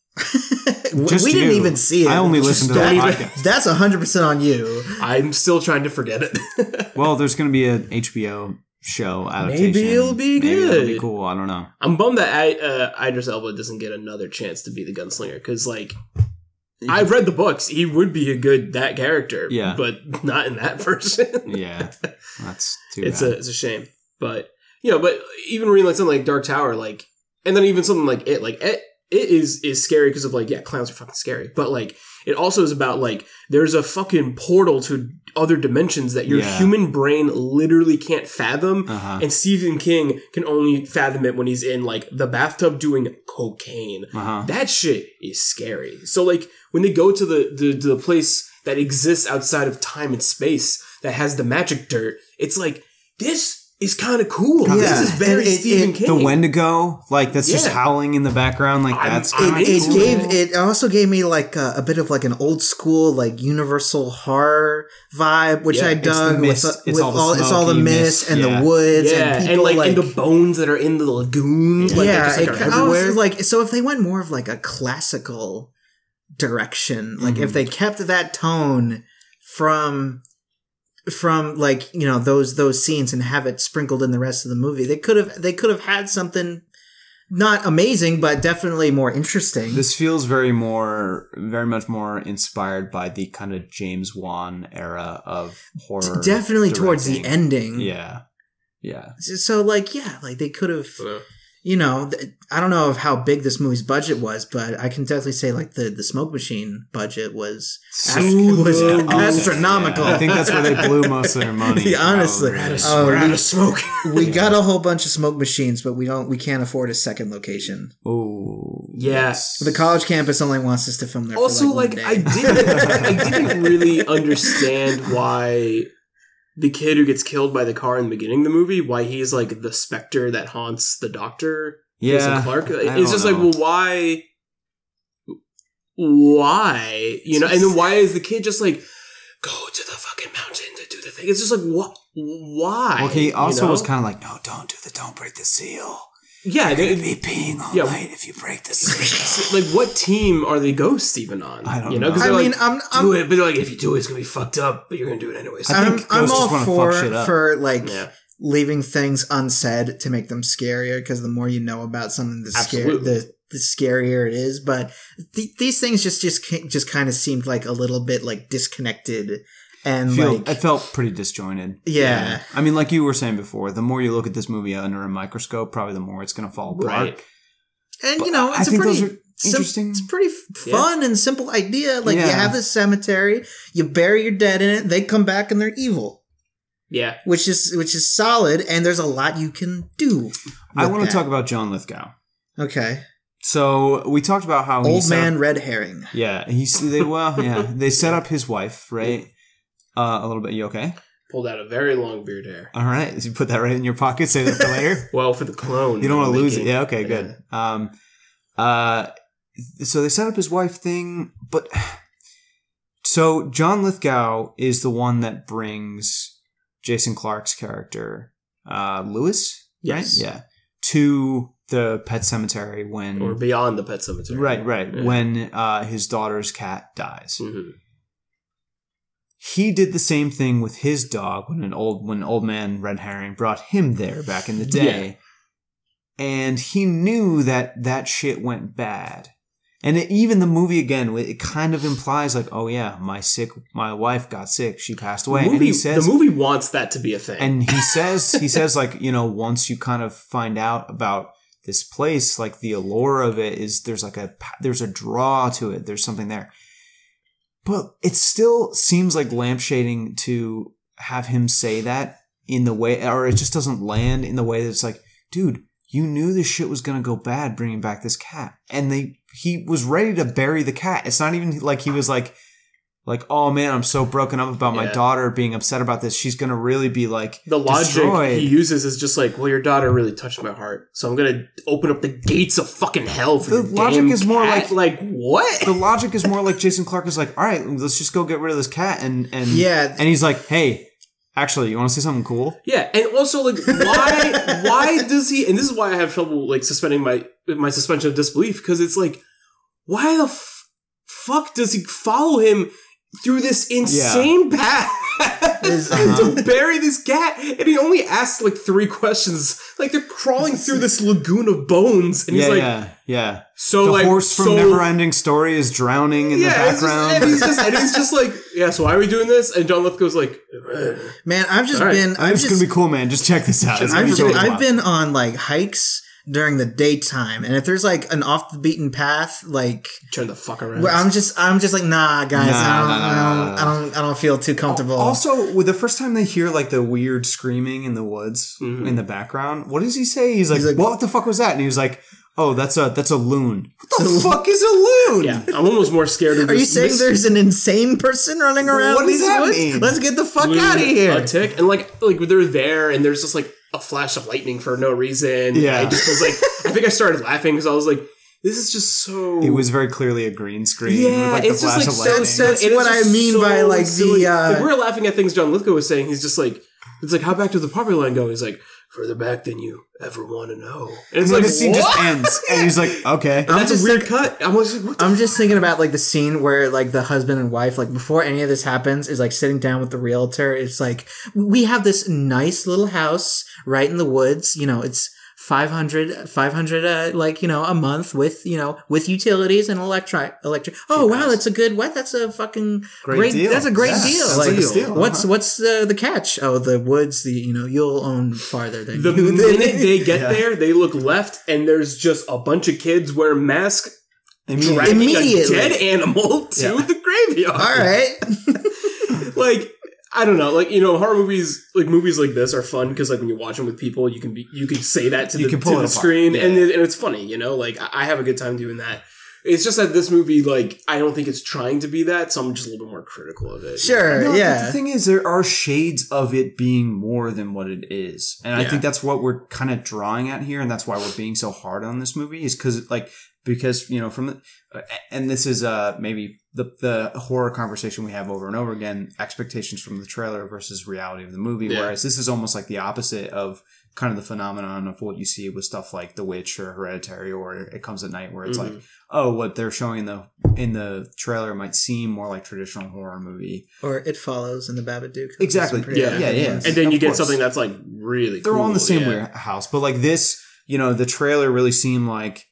S3: We-
S1: Just
S3: we didn't
S1: you.
S3: even see it.
S1: I only listened to the
S3: That-
S1: podcast.
S3: That's hundred percent on you.
S4: I'm still trying to forget it.
S1: Well, there's going to be an HBO show adaptation.
S4: Maybe it'll be
S1: Maybe It'll be
S4: good.
S1: cool. I don't know.
S4: I'm bummed that I, uh, Idris Elba doesn't get another chance to be the gunslinger because, like, I've read the books. He would be a good that character,
S1: Yeah.
S4: but not in that version.
S1: Yeah, that's too
S4: it's
S1: bad.
S4: a it's a shame, but you know, but even reading like something like Dark Tower, like, and then even something like it, like it, it is is scary because of like yeah, clowns are fucking scary, but like it also is about like there's a fucking portal to other dimensions that your
S1: Yeah.
S4: human brain literally can't fathom,
S1: Uh-huh.
S4: and Stephen King can only fathom it when he's in like the bathtub doing cocaine.
S1: uh-huh.
S4: That shit is scary. So like when they go to the, the to the place that exists outside of time and space that has the magic dirt, it's like this is kind of cool.
S3: Yeah.
S4: This is very
S3: And it-
S4: Stephen
S3: it-
S4: King.
S1: The Wendigo, like that's just
S4: Yeah.
S1: howling in the background, like
S4: I'm-
S1: that's
S4: I'm
S1: kinda
S3: it, it
S4: Cool.
S3: gave it also gave me like a, a bit of like an old school like universal horror vibe which
S4: Yeah,
S3: i
S4: it's
S1: the
S3: dug with,
S1: mist.
S3: uh,
S1: It's
S3: with
S1: all
S3: all,
S1: the
S3: it's all the
S1: smoky
S3: mist,
S1: mist,
S3: and
S1: yeah.
S3: the woods
S4: yeah,
S3: and
S4: and,
S3: people
S4: like,
S3: like,
S4: and the bones that are in the lagoon. like,
S3: yeah
S4: just, like,
S3: it-
S4: are
S3: I was
S4: everywhere.
S3: like so if they went more of like a classical direction like
S4: Mm-hmm.
S3: if they kept that tone from from like you know those those scenes and have it sprinkled in the rest of the movie they could have they could have had something not amazing but definitely more interesting
S1: This feels very more, very much more inspired by the kind of James Wan era of horror.
S3: definitely towards the
S1: directing.
S3: ending.
S1: Yeah, yeah.
S3: So like yeah, like they could have,
S4: Yeah.
S3: you know, th- I don't know of how big this movie's budget was, but I can definitely say like the the smoke machine budget was
S1: So-
S3: ast- was
S1: Oh, yeah.
S3: astronomical.
S1: I think that's where they blew most of their money.
S3: Yeah, honestly.
S1: probably.
S3: Uh, Oh,
S4: we're out
S3: we-
S4: of smoke.
S3: we got a whole bunch of smoke machines, but we don't we can't afford a second location.
S1: oh,
S4: Yes.
S3: The college campus only wants us to film there.
S4: also
S3: for,
S4: like,
S3: like, one
S4: I
S3: day.
S4: didn't I didn't really understand why the kid who gets killed by the car in the beginning of the movie, why he's like the specter that haunts the doctor, Jason
S1: Yeah,
S4: Clark.
S3: uh,
S1: I don't
S4: It's just like,
S1: know.
S4: well, why? Why? You know, and then why is the kid just like go to the fucking mountain to do the thing? It's just like what? Why?
S1: Well, he
S4: You
S1: also
S4: know?
S1: was kind of like, no, don't do the, don't break the seal.
S4: yeah.
S1: You'd
S4: They,
S1: be peeing all
S4: yeah.
S1: night if you break the seal.
S4: like what team are the ghosts even on?
S1: I don't
S4: you know. 'Cause
S1: know.
S3: I
S4: they're like,
S3: mean, I'm
S4: do
S3: I'm
S4: it, but like if you do it, it's gonna be fucked up. But you're gonna do it anyways.
S1: I
S3: I'm,
S1: think
S3: I'm
S1: ghosts just
S3: all
S1: wanna
S3: for
S1: fuck shit up.
S3: for like
S4: Yeah.
S3: leaving things unsaid to make them scarier because the more you know about something, the scare
S4: Absolutely.
S3: the the scarier it is. But th- these things just just ca- just kind of seemed like a little bit like disconnected and
S1: feel,
S3: like
S1: I felt pretty disjointed.
S3: Yeah.
S1: I mean, like you were saying before, the more you look at this movie under a microscope, probably the more it's going to fall apart.
S4: Right.
S3: and
S1: But
S3: you know
S1: I
S3: it's a
S1: think
S3: pretty
S1: those are
S3: sim-
S1: interesting.
S3: it's pretty f- fun and simple idea. Like you
S1: Yeah.
S3: have this cemetery, you bury your dead in it, they come back and they're evil.
S4: Yeah.
S3: which is which is solid and there's a lot you can do
S1: I
S3: with
S1: want to
S3: that.
S1: talk about John Lithgow.
S3: okay
S1: So we talked about how he
S3: old
S1: set up-
S3: man red herring
S1: yeah, he's they well, yeah, they set up his wife right. Uh, a little bit. You okay?
S4: Pulled out a very long beard hair.
S1: All right. You put that right in your pocket. Save that for later.
S4: Well, for the clone,
S1: You don't want
S4: I'm
S1: to lose it.
S4: making.
S1: Yeah. Okay. Good. Um, uh, so they set up his wife thing, but so John Lithgow is the one that brings Jason Clark's character, uh, Lewis.
S4: Yes.
S1: Right? Yeah. To the pet cemetery when.
S4: Or beyond the pet cemetery.
S1: right. Right.
S4: Yeah.
S1: When uh, his daughter's cat dies.
S4: Mhm.
S1: He did the same thing with his dog when an old when old man Red Herring brought him there back in the day. And he knew that that shit went bad. And it, even the movie again, it kind of implies like, oh yeah, my sick, my wife got sick, she passed away,
S4: the movie,
S1: and he says,
S4: the movie wants that to be a thing.
S1: and he says, he says like, you know, once you kind of find out about this place, like the allure of it is, there's like a, there's a draw to it, there's something there, but it still seems like lampshading to have him say that in the way, or it just doesn't land in the way that it's like, dude, you knew this shit was gonna go bad bringing back this cat, and they, he was ready to bury the cat. It's not even like he was like, like, oh man, I'm so broken up about my
S4: Yeah.
S1: daughter being upset about this. She's gonna really be like
S4: the logic
S1: destroyed.
S4: he uses is just like, well, your daughter really touched my heart, so I'm gonna open up the gates of fucking hell for
S1: The
S4: your
S1: logic
S4: damn
S1: is more
S4: cat. like what?
S1: the logic is more like Jason Clark is like, all right, let's just go get rid of this cat, and and
S3: Yeah.
S1: and he's like, hey, actually, you want to see something cool?
S4: Yeah, and also like why why does he and this is why I have trouble like suspending my my suspension of disbelief because it's like why the f- fuck does he follow him through this insane path
S3: This-
S1: uh-huh.
S4: to bury this cat and he only asks like three questions like they're crawling through this lagoon of bones and
S1: yeah,
S4: he's like
S1: yeah, yeah.
S4: so
S1: the
S4: like
S1: horse from
S4: so,
S1: Neverending Story is drowning in
S4: yeah,
S1: the
S4: it's just-
S1: background.
S4: and he's just and he's just like yeah so why are we doing this and John Lithgow's like "Ugh."
S3: man i've just
S4: All right.
S3: been
S1: I'm
S3: i've
S1: just gonna
S3: just
S1: be cool, man. Just check this out. It's gonna
S3: I've,
S1: be cool.
S3: I've been on like hikes during the daytime and if there's like an off the beaten path like
S4: turn the fuck around
S3: where i'm just i'm just like nah guys I,
S1: Nah,
S3: don't,
S1: nah, nah, nah,
S3: I, don't, I don't i don't feel too comfortable
S1: Also, with the first time they hear like the weird screaming in the woods in the background, what does he say? Mm-hmm. He's like,
S3: He's like-
S1: "What the fuck was that?" And he was like, "Oh, that's a that's a loon." What the fuck is a loon?
S4: yeah I'm almost more scared of
S3: are you
S4: this-
S3: saying
S4: this-
S3: there's an insane person running around
S1: What
S3: in
S1: does
S3: these
S1: that
S3: woods?
S1: mean?
S3: let's get the fuck
S4: blue,
S3: out of here
S4: A tick, and like like they're there, and there's just like a flash of lightning for no reason.
S1: Yeah.
S4: I just was like, I think I started laughing because I was like, this is just so.
S1: It was very clearly a green screen.
S4: Yeah,
S1: with, like,
S4: it's
S1: the
S4: just
S1: flash
S4: like
S1: of lightning.
S4: so. so-
S3: That's
S4: and it's
S3: what
S4: just
S3: I mean
S4: so
S3: by, like, the,
S4: silly.
S3: uh,
S4: Like, we're laughing at things John Lithgow was saying. He's just like, it's like how back to the property line go. He's like further back than you ever want to know. And it's
S1: And then
S4: like
S1: the scene
S4: what?
S1: just ends, and he's like, "Okay."
S3: I'm
S4: That's
S3: just
S4: a weird cut. I was like, what the
S3: I'm just thinking about like the scene where like the husband and wife, like before any of this happens, is like sitting down with the realtor. It's like we have this nice little house right in the woods. You know, it's 500, 500, uh, like you know, a month with you know with utilities and electric, electric. Oh wow, that's a good what? That's a fucking great.
S1: deal.
S3: That's a great
S1: Yeah,
S3: deal.
S1: sounds
S3: Like,
S1: like a steal,
S3: what's
S1: uh-huh.
S3: what's the the catch? Oh, the woods. The you know, you'll own farther than
S4: The
S3: you.
S4: minute they get there, they look left, and there's just a bunch of kids wearing masks, dragging a
S3: Immediately.
S4: dead animal to the graveyard.
S3: All right.
S4: like I don't know, like you know, horror movies, like movies like this, are fun because like when you watch them with people, you can be you can say that to
S1: You
S4: the,
S1: can pull
S4: to
S1: it
S4: the
S1: apart.
S4: screen,
S1: Yeah.
S4: and it, and it's funny, you know. Like I I have a good time doing that. It's just that this movie, like, I don't think it's trying to be that, so I'm just a little bit more critical of it.
S3: Sure,
S1: No, but
S3: yeah.
S1: The thing is, there are shades of it being more than what it is, and I
S4: Yeah.
S1: think that's what we're kind of drawing at here, and that's why we're being so hard on this movie is because like because you know from the uh, and this is uh maybe the the horror conversation we have over and over again expectations from the trailer versus reality of the movie
S4: Yeah.
S1: whereas this is almost like the opposite of kind of the phenomenon of what you see with stuff like the witch or hereditary or it comes at night where it's like oh what they're showing in the in the trailer might seem more like traditional horror movie
S3: Or it follows in the Babadook.
S1: Exactly.
S3: Some pretty
S4: Yeah,
S3: epic
S1: yeah, yeah.
S3: ones.
S4: And then
S1: Of
S4: you get
S1: course.
S4: something that's like really
S1: they're all in the
S4: cool,
S1: same
S4: yeah.
S1: warehouse but like this you know the trailer really seemed like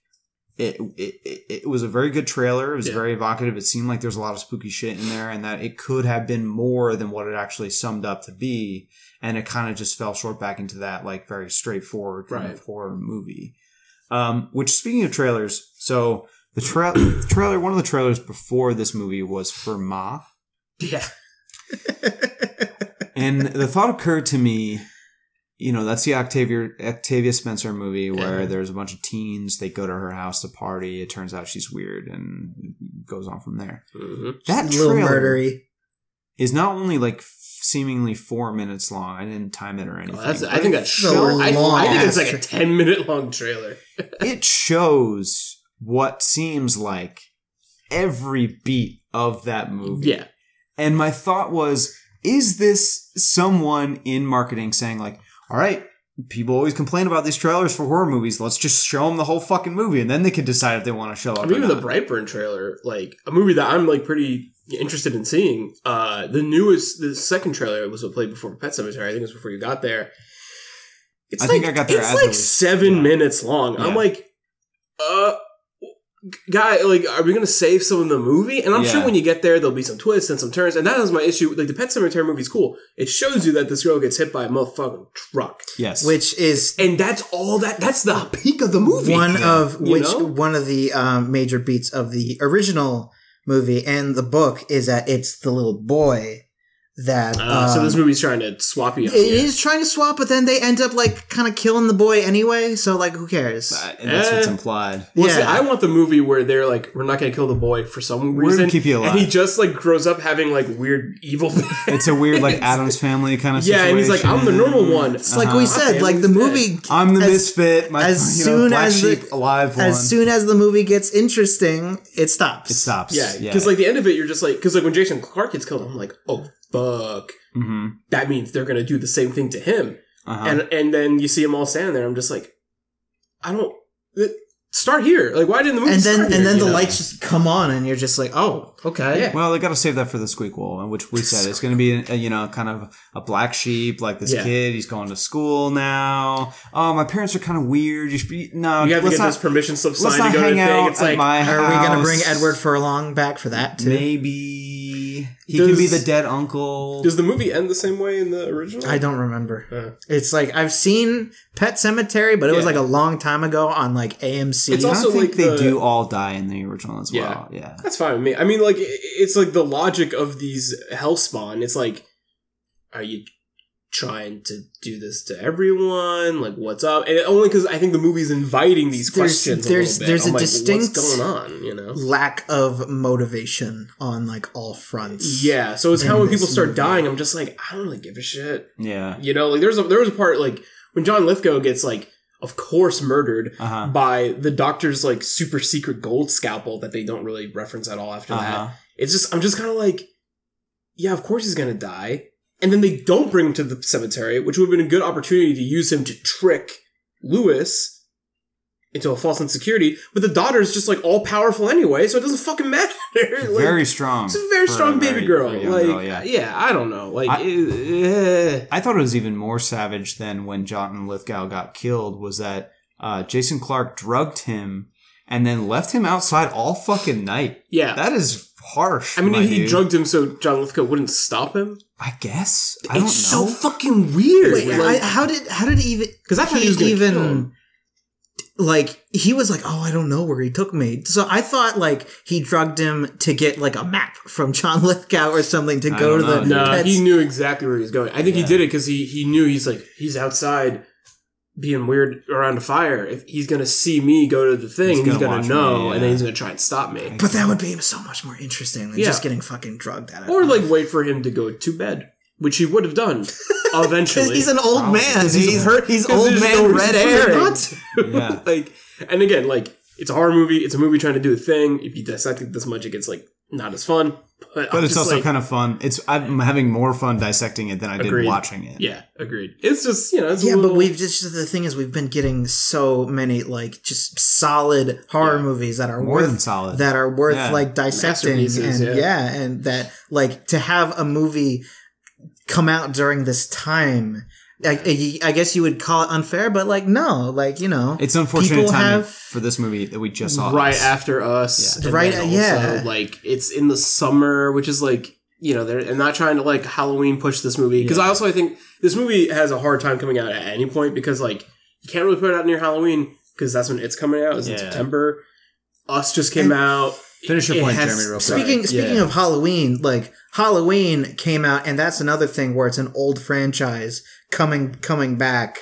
S1: it it, it, it was a very good trailer it was
S4: Yeah.
S1: very evocative it seemed like there's a lot of spooky shit in there and that it could have been more than what it actually summed up to be and it kind of just fell short back into that like very straightforward kind of
S4: Right.
S1: horror movie um, which speaking of trailers so the tra- trailer one of the trailers before this movie was for ma
S4: Yeah.
S1: and the thought occurred to me, you know, that's the Octavia Octavia Spencer movie where
S4: Yeah.
S1: there's a bunch of teens. They go to her house to party. It turns out she's weird, and it goes on from there.
S4: hmm
S1: That
S3: a little
S1: trailer
S3: murdery.
S1: is not only like f- seemingly four minutes long. I didn't time it or anything.
S4: that's,
S1: but
S4: I think that's
S3: So
S4: short. I, I think it's
S3: long.
S4: like a 10 minute long trailer.
S1: it shows what seems like every beat of that movie.
S4: Yeah.
S1: And my thought was, is this someone in marketing saying like, all right, people always complain about these trailers for horror movies. Let's just show them the whole fucking movie, and then they can decide if they want to show up.
S4: I
S1: or
S4: mean, even the
S1: not."
S4: Brightburn trailer, like a movie that I'm like pretty interested in seeing. Uh, the newest, the second trailer was what played before Pet Cemetery. I think it was before you got there. It's
S1: I
S4: like,
S1: think I got there
S4: It's
S1: as it
S4: like
S1: was-
S4: seven
S1: yeah.
S4: minutes long.
S1: Yeah.
S4: I'm like, uh, g- guy, like, are we gonna save some of the movie? And I'm
S1: Yeah.
S4: sure when you get there, there'll be some twists and some turns. And that is my issue. Like the Pet Cemetery movie's cool. It shows you that this girl gets hit by a motherfucking truck,
S1: yes,
S3: Which is
S4: and that's all that. That's the peak of the movie.
S3: one of
S4: You
S3: which
S4: know?
S3: one of the um, major beats of the original movie and the book is that it's the little boy that
S4: Uh, so
S3: um,
S4: this movie's trying to swap you.
S3: it is trying to swap, but then they end up like kind of killing the boy anyway. So like, who cares?
S1: Uh, and that's what's
S4: Eh.
S1: implied.
S4: Well, see,
S3: Yeah.
S4: I want the movie where they're like, we're not gonna kill the boy for some
S1: We're gonna
S4: reason,
S1: keep you alive.
S4: and he just like grows up having like weird evil.
S1: It's a weird like Adam's Family kind of
S4: yeah, and he's like, I'm the normal one.
S3: it's like we
S1: uh-huh.
S3: said, like the
S4: Family's
S3: movie.
S1: I'm the
S3: as-
S1: misfit. My
S3: as
S1: you know,
S3: soon
S1: black
S3: as the-
S1: sheep, alive one.
S3: As soon as the movie gets interesting, it stops.
S1: it stops.
S4: Yeah, because like the end of it, you're just like, because like when Jason Clark gets killed, I'm like, oh fuck,
S1: hmm
S4: that means they're gonna do the same thing to him,
S1: uh-huh.
S4: and and then you see him all standing there. I'm just like, I don't th- start here. Like, why didn't the movie?
S3: And then
S4: start
S3: and
S4: here,
S3: then the
S4: you know?
S3: lights just come on, and you're just like, oh, okay.
S4: Yeah.
S1: Well, they got to save that for the squeakquel, and which we said it's going to be, a, you know, kind of a black sheep. Like this
S4: Yeah.
S1: kid, he's going to school now. Oh, my parents are kind of weird. You should be no.
S4: You have to
S1: let's
S4: get
S1: not,
S4: this permission slip
S1: let's
S4: signed
S1: not
S4: to go to
S1: hang
S4: the thing.
S1: out
S4: It's
S1: at
S4: like
S1: my
S3: Are
S1: house.
S3: we gonna
S1: Uh,
S3: bring Edward Furlong back for that too?
S1: Maybe he
S4: Does-
S1: can be the dead uncle.
S4: Does the movie end the same way in the original?
S3: I don't remember.
S4: Uh.
S3: It's like I've seen Pet Cemetery, but it was
S4: Yeah.
S3: like a long time ago on like AMC.
S4: It's
S1: I
S4: also
S1: don't think
S4: like
S1: they
S4: the-
S1: do all die in the original as
S4: Yeah.
S1: well. Yeah.
S4: That's fine with me. I mean, like, i- it's like the logic of these hellspawn. It's like, are you trying to do this to everyone? Like, what's up? And only because I think the movie's inviting these
S3: There's-
S4: questions.
S3: there's-
S4: a little bit.
S3: there's
S4: I'm
S3: a
S4: like,
S3: distinct-
S4: what's going on. You know?
S3: lack of motivation on like all fronts.
S4: Yeah. So it's kind
S3: In
S4: of when
S3: this
S4: people start
S3: movie.
S4: dying, I'm just like, I don't really give a shit.
S1: Yeah.
S4: You know? Like, there's a there was a part like when John Lithgow gets like, of course, murdered.
S1: Uh huh.
S4: by the doctor's like super secret gold scalpel that they don't really reference at all after
S1: Uh-huh.
S4: that. It's just I'm just kind of like, yeah, of course he's gonna die. And then they don't bring him to the cemetery, which would have been a good opportunity to use him to trick Lewis into a false insecurity. But the daughter's just like all powerful anyway, so it doesn't fucking matter. Like,
S1: very strong.
S4: It's a very
S1: for
S4: strong baby
S1: very-
S4: girl.
S1: for a
S4: Like,
S1: young girl,
S4: yeah.
S1: yeah.
S4: I don't know. Like,
S1: I-
S4: eh, eh.
S1: I thought it was even more savage than when Jonathan Lithgow got killed was that uh, Jason Clark drugged him and then left him outside all fucking night.
S4: yeah.
S1: That is harsh.
S4: I mean,
S1: my
S4: he
S1: dude.
S4: drugged him so John Lithgow wouldn't stop him.
S1: I guess. I don't
S4: It's so
S1: know.
S4: fucking weird.
S3: Wait,
S4: Like-
S3: I, how did how did he even?
S4: 'Cause I thought he was gonna
S3: even
S4: kill him.
S3: like he was like, oh, I don't know where he took me. So I thought like he drugged him to get like a map from John Lithgow or something to
S1: I
S3: go
S1: don't
S3: to the
S1: know, dude.
S4: No,
S3: pets.
S4: he knew exactly where he was going. I think
S1: Yeah.
S4: he did it because he he knew he's like he's outside. being weird around a fire, if he's gonna see me go to the thing, he's
S1: gonna
S4: gonna,
S1: watch
S4: know,
S1: me,
S4: and
S1: yeah.
S4: then he's gonna try and stop me,
S3: But that would be so much more interesting than
S4: Yeah.
S3: just getting fucking drugged out.
S4: or like wait for him to go to bed, which he would have done
S3: because
S4: eventually.
S3: he's an old man. He's, hurt. He's
S4: 'Cause
S3: old
S4: there's
S3: man
S4: no reason
S3: red
S4: for him
S3: hair.
S4: not to.
S1: Yeah.
S4: like, and again, like it's a horror movie. It's a movie trying to do a thing. If you dissect it this much, it gets like not as fun. But,
S1: But it's also kind of fun. It's I'm having more fun dissecting it than I did
S4: Agreed.
S1: watching it.
S4: yeah, agreed. It's just you know, it's a
S3: Yeah, but
S4: little-
S3: we've just the thing is we've been getting so many like just solid horror movies that are
S1: More
S3: worth
S1: than solid.
S3: that are worth
S1: Yeah.
S3: like dissecting
S4: Masterpieces,
S3: and
S4: yeah.
S3: yeah. and that like to have a movie come out during this time. I, I- I guess you would call it unfair, but like no, like you know,
S1: It's unfortunate
S3: People
S1: timing
S3: have-
S1: for this movie that we just saw.
S4: right
S1: Us.
S4: after us.
S1: Yeah.
S4: and
S3: Right,
S4: then
S3: yeah.
S4: Like it's in the summer, which is like you know they're and not trying to like Halloween push this movie because I also I think this movie has a hard time coming out at any point because like you can't really put it out near Halloween because that's when it's coming out is in
S2: Yeah.
S4: September. Us just came
S3: And-
S4: out.
S2: Finish your
S4: It
S2: point,
S4: has-
S2: Jeremy, real quick.
S3: Speaking speaking of Halloween, like Halloween came out, and that's another thing where it's an old franchise coming coming back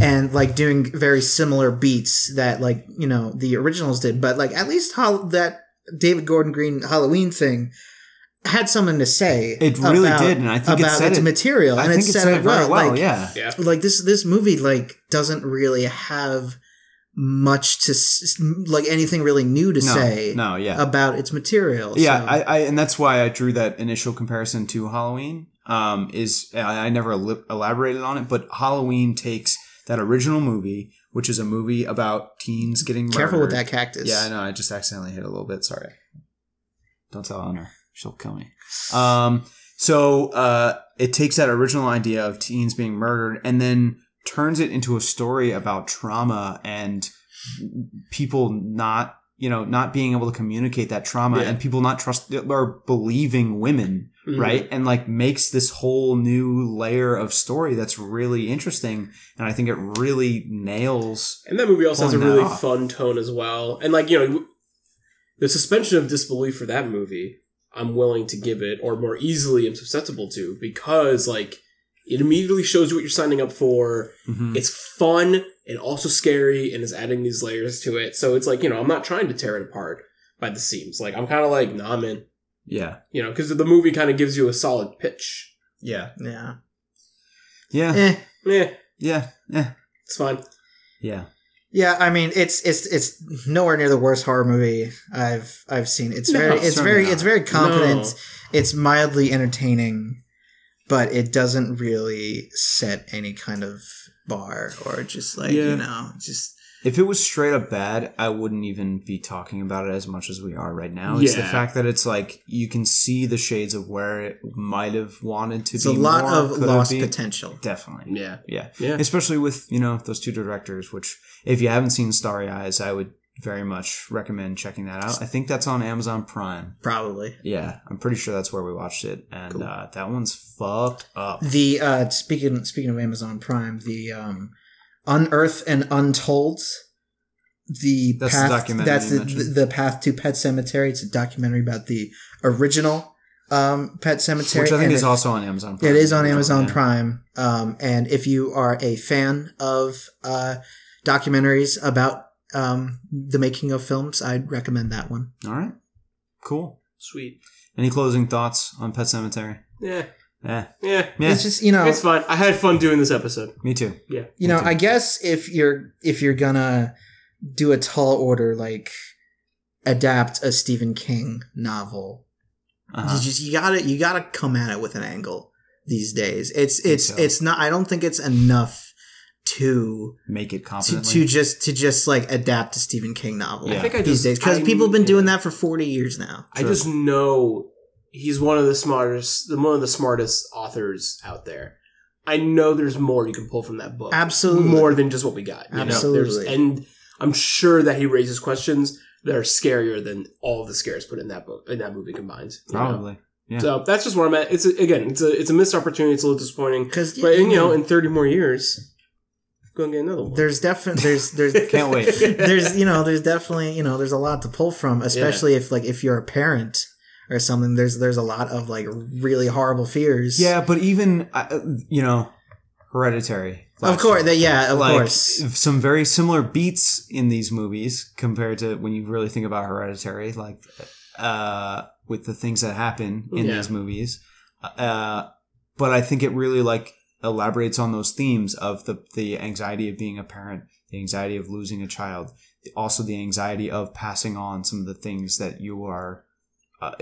S3: and like doing very similar beats that like you know the originals did, but like at least how that David Gordon Green Halloween thing had something to say.
S1: It really did, and I think it
S3: about
S1: said
S3: its
S1: it-
S3: material,
S1: I
S3: and
S1: think
S3: it said it well. like,
S1: yeah.
S4: Yeah.
S3: like this this movie like doesn't really have much to s- like anything really new to
S1: No,
S3: say
S1: no, yeah.
S3: about its material
S1: Yeah,
S3: so.
S1: I, I and that's why I drew that initial comparison to Halloween. Um, is I, I never el- elaborated on it, but Halloween takes that original movie, which is a movie about teens getting
S3: Careful with
S1: murdered.
S3: that cactus.
S1: Yeah, I know. I just accidentally hit a little bit. Sorry. Don't tell Honor; she'll kill me. Um, so uh, it takes that original idea of teens being murdered and then turns it into a story about trauma and people not you know not being able to communicate that trauma
S4: Yeah.
S1: and people not trust or believing women
S4: Mhm.
S1: right and like makes this whole new layer of story that's really interesting and i think it really nails
S4: And that movie also has a
S1: Pulling that
S4: really
S1: off.
S4: fun tone as well. And like, you know, the suspension of disbelief for that movie, I'm willing to give it, or more easily am susceptible to, because like it immediately shows you what you're signing up for. It's fun and also scary and is adding these layers to it. So it's like, you know, I'm not trying to tear it apart by the seams. Like I'm kinda like, nah man.
S1: yeah
S4: You know, because the movie kind of gives you a solid pitch.
S1: yeah
S3: Yeah.
S1: yeah
S3: Eh.
S4: Yeah,
S1: yeah yeah
S4: it's fine.
S1: yeah
S3: Yeah, I mean it's it's it's nowhere near the worst horror movie I've I've seen. It's
S4: No,
S3: very it's
S1: certainly
S3: very
S1: not.
S3: it's very competent.
S4: No.
S3: It's mildly entertaining, but it doesn't really set any kind of bar or just like,
S1: Yeah.
S3: you know, just
S1: If it was straight up bad, I wouldn't even be talking about it as much as we are right now. It's the
S4: Yeah.
S1: fact that it's like you can see the shades of where it might have wanted to
S3: it's a
S1: be.
S3: lot
S1: more,
S3: of
S1: could have
S3: lost
S1: been.
S3: potential.
S1: Definitely.
S4: Yeah.
S1: Yeah.
S4: Yeah.
S1: Especially with, you know, those two directors, which if you haven't seen Starry Eyes, I would very much recommend checking that out. I think that's on Amazon Prime.
S3: Probably.
S1: Yeah. I'm pretty sure that's where we watched it. And uh, that one's fucked up.
S3: The uh speaking speaking of Amazon Prime, the um Unearth and Untold the
S1: That's the
S3: path
S1: documentary
S3: that's
S1: you
S3: the,
S1: mentioned.
S3: the path to Pet Cemetery. It's a documentary about the original um, Pet Cemetery.
S1: Which I think
S3: and
S1: is
S3: it-
S1: also on Amazon Prime.
S3: it is on Amazon
S1: Yeah.
S3: Prime. Um, and if you are a fan of uh, documentaries about um, the making of films, I'd recommend that one.
S1: All right. Cool.
S4: Sweet.
S1: Any closing thoughts on Pet Cemetery?
S4: Yeah.
S1: Yeah.
S4: Yeah.
S1: Yeah.
S3: It's just you know
S4: It's fine. I had fun doing this episode.
S1: Me too.
S3: you know i guess if you're if you're gonna do a tall order like adapt a stephen king novel
S1: Uh-huh.
S3: you just you gotta you gotta come at it with an angle these days it's it's
S1: so.
S3: it's not i don't think it's enough to
S1: Make it
S3: to,
S1: confidently.
S3: to just to just like adapt a stephen king novel
S1: Yeah. I think
S4: I
S3: these
S4: just-
S3: days because
S4: I-
S3: people have been doing
S4: yeah.
S3: that for 40 years now
S1: Sure.
S4: I just know he's one of the smartest, one of the smartest authors out there. I know there's more you can pull from that book.
S3: Absolutely.
S4: more than just what we got. you know?
S3: Absolutely.
S4: There's- and I'm sure that he raises questions that are scarier than all the scares put in that book in that movie combined. you know?
S1: Probably. yeah.
S4: So that's just where I'm at. It's a, again, it's a it's a missed opportunity. It's a little disappointing.
S3: because
S4: But you know, in 30 more years, go and get another one.
S3: there's definitely there's there's
S1: Can't wait.
S3: there's you know there's definitely you know there's a lot to pull from especially if like if you're a parent or something there's there's a lot of like really horrible fears
S1: Yeah, but even I- uh, you know, Hereditary,
S3: Of course, that yeah, of
S1: like
S3: course.
S1: some very similar beats in these movies compared to when you really think about hereditary like uh with the things that happen in
S4: Yeah.
S1: these movies uh but i think it really like elaborates on those themes of the the anxiety of being a parent the anxiety of losing a child also the anxiety of passing on some of the things that you are uh,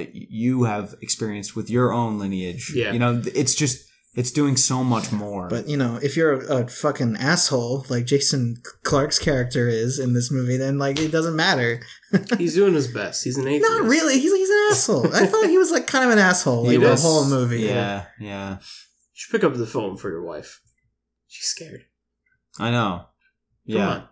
S1: you have experienced with your own lineage
S4: Yeah.
S1: you know it's just it's doing so much more
S3: But you know, if you're a, a fucking asshole like Jason Clark's character is in this movie, then like it doesn't matter.
S4: He's doing his best. He's an atheist.
S3: Not really. He's he's an asshole. I thought he was like kind of an asshole
S4: He
S3: like the
S4: was.
S3: whole movie.
S1: yeah yeah
S4: You should pick up the phone for your wife. She's scared.
S1: I know.
S4: Come
S1: Yeah.
S4: on.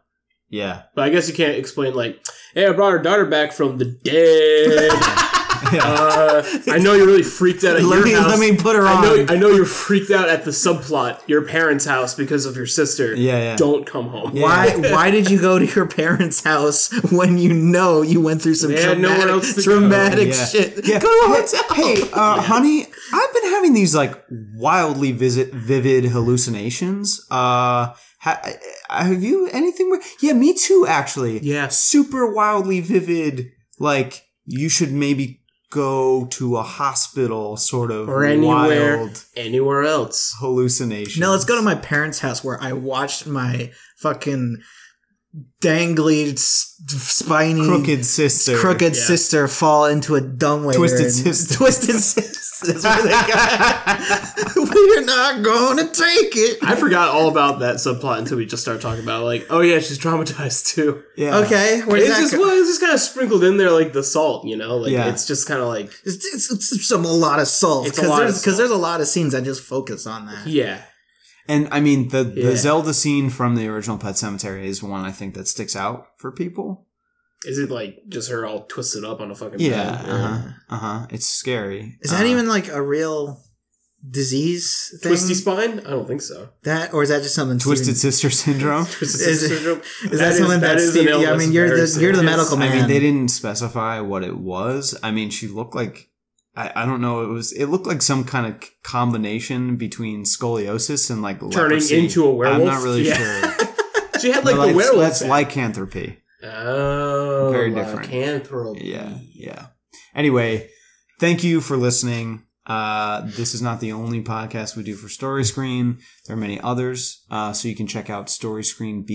S1: Yeah.
S4: But I guess you can't explain like, hey, I brought our daughter back from the dead. uh, I know you're really freaked out at
S1: Let
S4: your
S1: me
S4: house.
S1: let me put her
S4: I
S1: on.
S4: know, I know you're freaked out at the subplot, your parents' house because of your sister.
S1: Yeah, yeah.
S4: Don't come home.
S3: Why why did you go to your parents' house when you know you went through some
S4: They had nowhere
S3: traumatic,
S4: else to go.
S3: traumatic
S1: Yeah.
S3: shit?
S1: Yeah.
S3: Go to a
S1: Hey-
S3: hotel.
S1: Hey, uh, honey, I've been having these like wildly visit vivid hallucinations. Uh, ha- uh, have you anything? Where- yeah, me too. Actually,
S4: Yeah.
S1: Super wildly vivid. Like you should maybe go to a hospital, sort of
S4: Or anywhere.
S1: wild
S4: Anywhere else.
S1: hallucination.
S3: No, let's go to my parents' house where I watched my fucking dangly, s- spiny,
S1: crooked sister.
S3: crooked
S4: Yeah.
S3: sister fall into a dumbwaiter.
S1: Twisted
S3: and-
S1: sister.
S3: Twisted sister. That's where they got. We're not going to take it.
S4: I forgot all about that subplot until we just started talking about it. like, oh yeah, she's traumatized too.
S1: Yeah.
S3: Okay, where's
S4: It's
S3: that?
S4: just
S3: go-
S4: well, it's just kind of sprinkled in there like the salt, you know. Like
S1: Yeah.
S4: it's just kind of like
S3: It's, it's, it's some a lot of salt
S4: It's a lot of
S3: because there's because
S4: salt.
S3: there's a lot of scenes that just focus on that.
S4: yeah,
S1: And I mean the
S4: Yeah.
S1: the Zelda scene from the original Pet Cemetery is one I think that sticks out for people.
S4: Is it like just her all twisted up on a fucking
S1: Yeah,
S4: bed?
S1: uh huh, uh huh. It's scary.
S3: Is that
S1: Uh,
S3: even like a real disease thing?
S4: Twisty spine? I don't think so.
S3: that or is that just something?
S1: twisted
S3: Steven-
S1: sister syndrome?
S4: Twisted
S3: Is
S4: sister
S3: it-
S4: syndrome.
S3: Is that, something
S4: that
S3: that's
S4: is an
S3: Steve, yeah, I
S4: illness,
S3: mean, you're
S4: very
S3: the you're the
S4: serious.
S3: medical
S1: I
S3: man.
S1: mean, they didn't specify what it was. I mean, she looked like I, I don't know. It was it looked like some kind of c- combination between scoliosis and like
S4: Turning
S1: leprosy.
S4: into a
S1: I'm
S4: werewolf?
S1: not really
S4: Yeah.
S1: sure.
S4: She had
S1: But
S4: like the werewolf.
S1: that's
S4: thing.
S1: lycanthropy.
S4: oh,
S1: Very different.
S4: lycanthropy.
S1: Yeah, yeah. Anyway, thank you for listening. Uh, this is not the only podcast we do for Story Screen. There are many others. Uh, so you can check out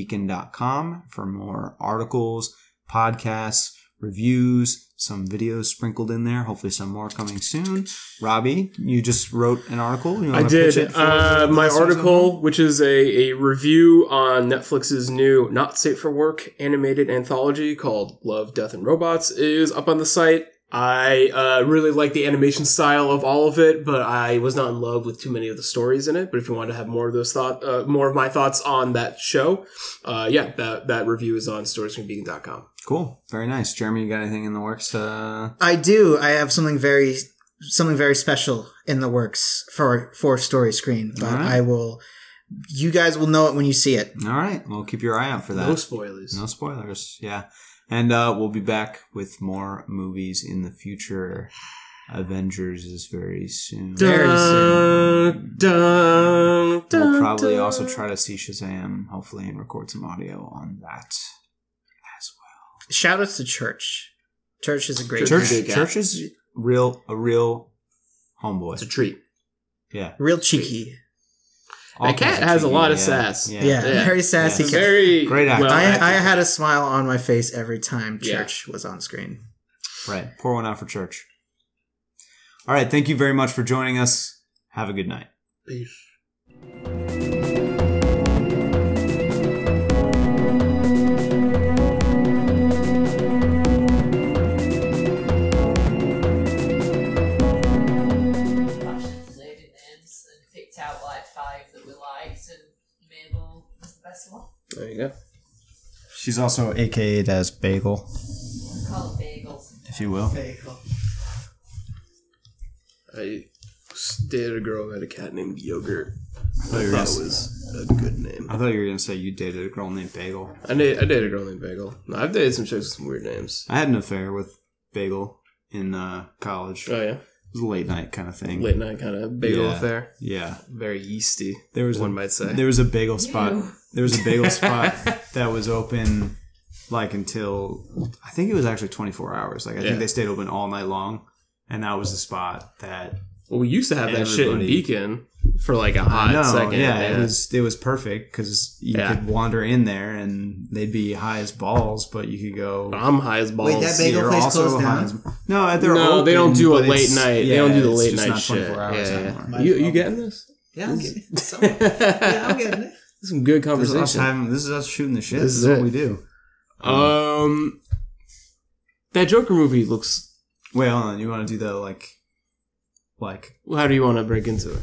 S1: storyscreenbeacon.com for more articles, podcasts, reviews, some videos sprinkled in there. Hopefully, some more coming soon. Robbie, you just wrote an article. You
S4: I
S1: wanna pitch
S4: did.
S1: it for
S4: Uh,
S1: the
S4: my
S1: listeners at
S4: article,
S1: home?
S4: which is a, a review on Netflix's new Not Safe for Work animated anthology called Love, Death, and Robots, is up on the site. I uh, really like the animation style of all of it, but I was not in love with too many of the stories in it. But if you want to have more of those thought, uh, more of my thoughts on that show, uh, yeah, that, that review is on storiesfrombeacon.com.
S1: Cool. Very nice. Jeremy, you got anything in the works? Uh,
S3: I do. I have something very something very special in the works for for story screen, but
S1: Alright.
S3: I will. You guys will know it when you see it.
S1: all right. Well, keep your eye out for that.
S4: No spoilers.
S1: No spoilers. Yeah. And uh, we'll be back with more movies in the future. Avengers is very soon.
S3: Very
S4: Dun, dun,
S1: We'll
S4: dun,
S1: probably
S4: dun.
S1: also try to see Shazam, hopefully, and record some audio on that.
S3: Shout outs to Church. Church is a great
S1: Church,
S3: band.
S4: good guy.
S1: church is real, a real
S4: It's
S1: homeboy.
S4: a treat.
S1: Yeah,
S3: real cheeky.
S1: All
S4: cat
S1: kinds of
S4: has a
S1: cheeky,
S4: lot of
S1: yeah,
S4: sass.
S1: Yeah,
S3: Yeah, very sassy.
S1: Yeah.
S3: cat.
S4: Very
S1: Great actor.
S3: I,
S4: acted.
S3: I had a smile on my face every time
S4: Yeah.
S3: Church was on screen.
S1: right. Pour one out for church. All right. Thank you very much for joining us. Have a good night.
S7: fashioned the lady names and picked out like five that we liked, and Mabel was the best one.
S4: There you go.
S1: She's also AKA'd as Bagel,
S7: Call it bagels.
S1: if you will.
S4: I dated a girl who had a cat named Yogurt.
S1: thought you were
S4: I thought
S1: gonna
S4: it
S1: say-
S4: was a good name.
S1: I thought you were gonna say you dated a girl named Bagel.
S4: I dated, I dated a girl named Bagel. No, I've dated some chicks with some weird names.
S1: I had an affair with Bagel in uh, college.
S4: Oh yeah,
S1: was a late night kind of thing.
S4: Late night kind of bagel
S1: Yeah.
S4: affair.
S1: Yeah,
S4: Very yeasty.
S1: there was
S4: one
S1: a,
S4: might say.
S1: there was a bagel spot.
S7: Ew.
S1: There was a bagel spot that was open like until I think it was actually 24 hours. Like I
S4: Yeah.
S1: think they stayed open all night long, and that was the spot that
S4: Well, we used to have that shit in
S1: Everybody-
S4: Beacon for like a
S1: I
S4: hot
S1: know.
S4: second.
S1: yeah, it was it was perfect because you
S4: Yeah.
S1: could wander in there and they'd be high as balls, but you could go.
S4: I'm high as balls.
S3: Wait, that bagel
S1: They're
S3: place
S1: also
S3: closed
S1: high
S3: down?
S1: as- no, they're
S4: no, they
S1: open,
S4: don't do a
S1: but
S4: late
S1: it's-
S4: night.
S1: yeah,
S4: they don't do the
S1: it's
S4: late
S1: just
S4: night
S1: not
S4: shit.
S1: 24 hours
S4: yeah,
S1: anymore.
S4: yeah. You, you getting this?
S3: Yeah, I'm getting it. So- yeah, I'm
S4: yeah,
S3: getting it.
S4: Some good
S1: This is, us
S4: conversation.
S1: having, this is us shooting the shit.
S4: This
S1: This,
S4: is
S1: is what
S4: it.
S1: we do.
S4: Um, that Joker movie looks.
S1: Wait, hold on. You want to do the like, like?
S4: How do you want to break into it?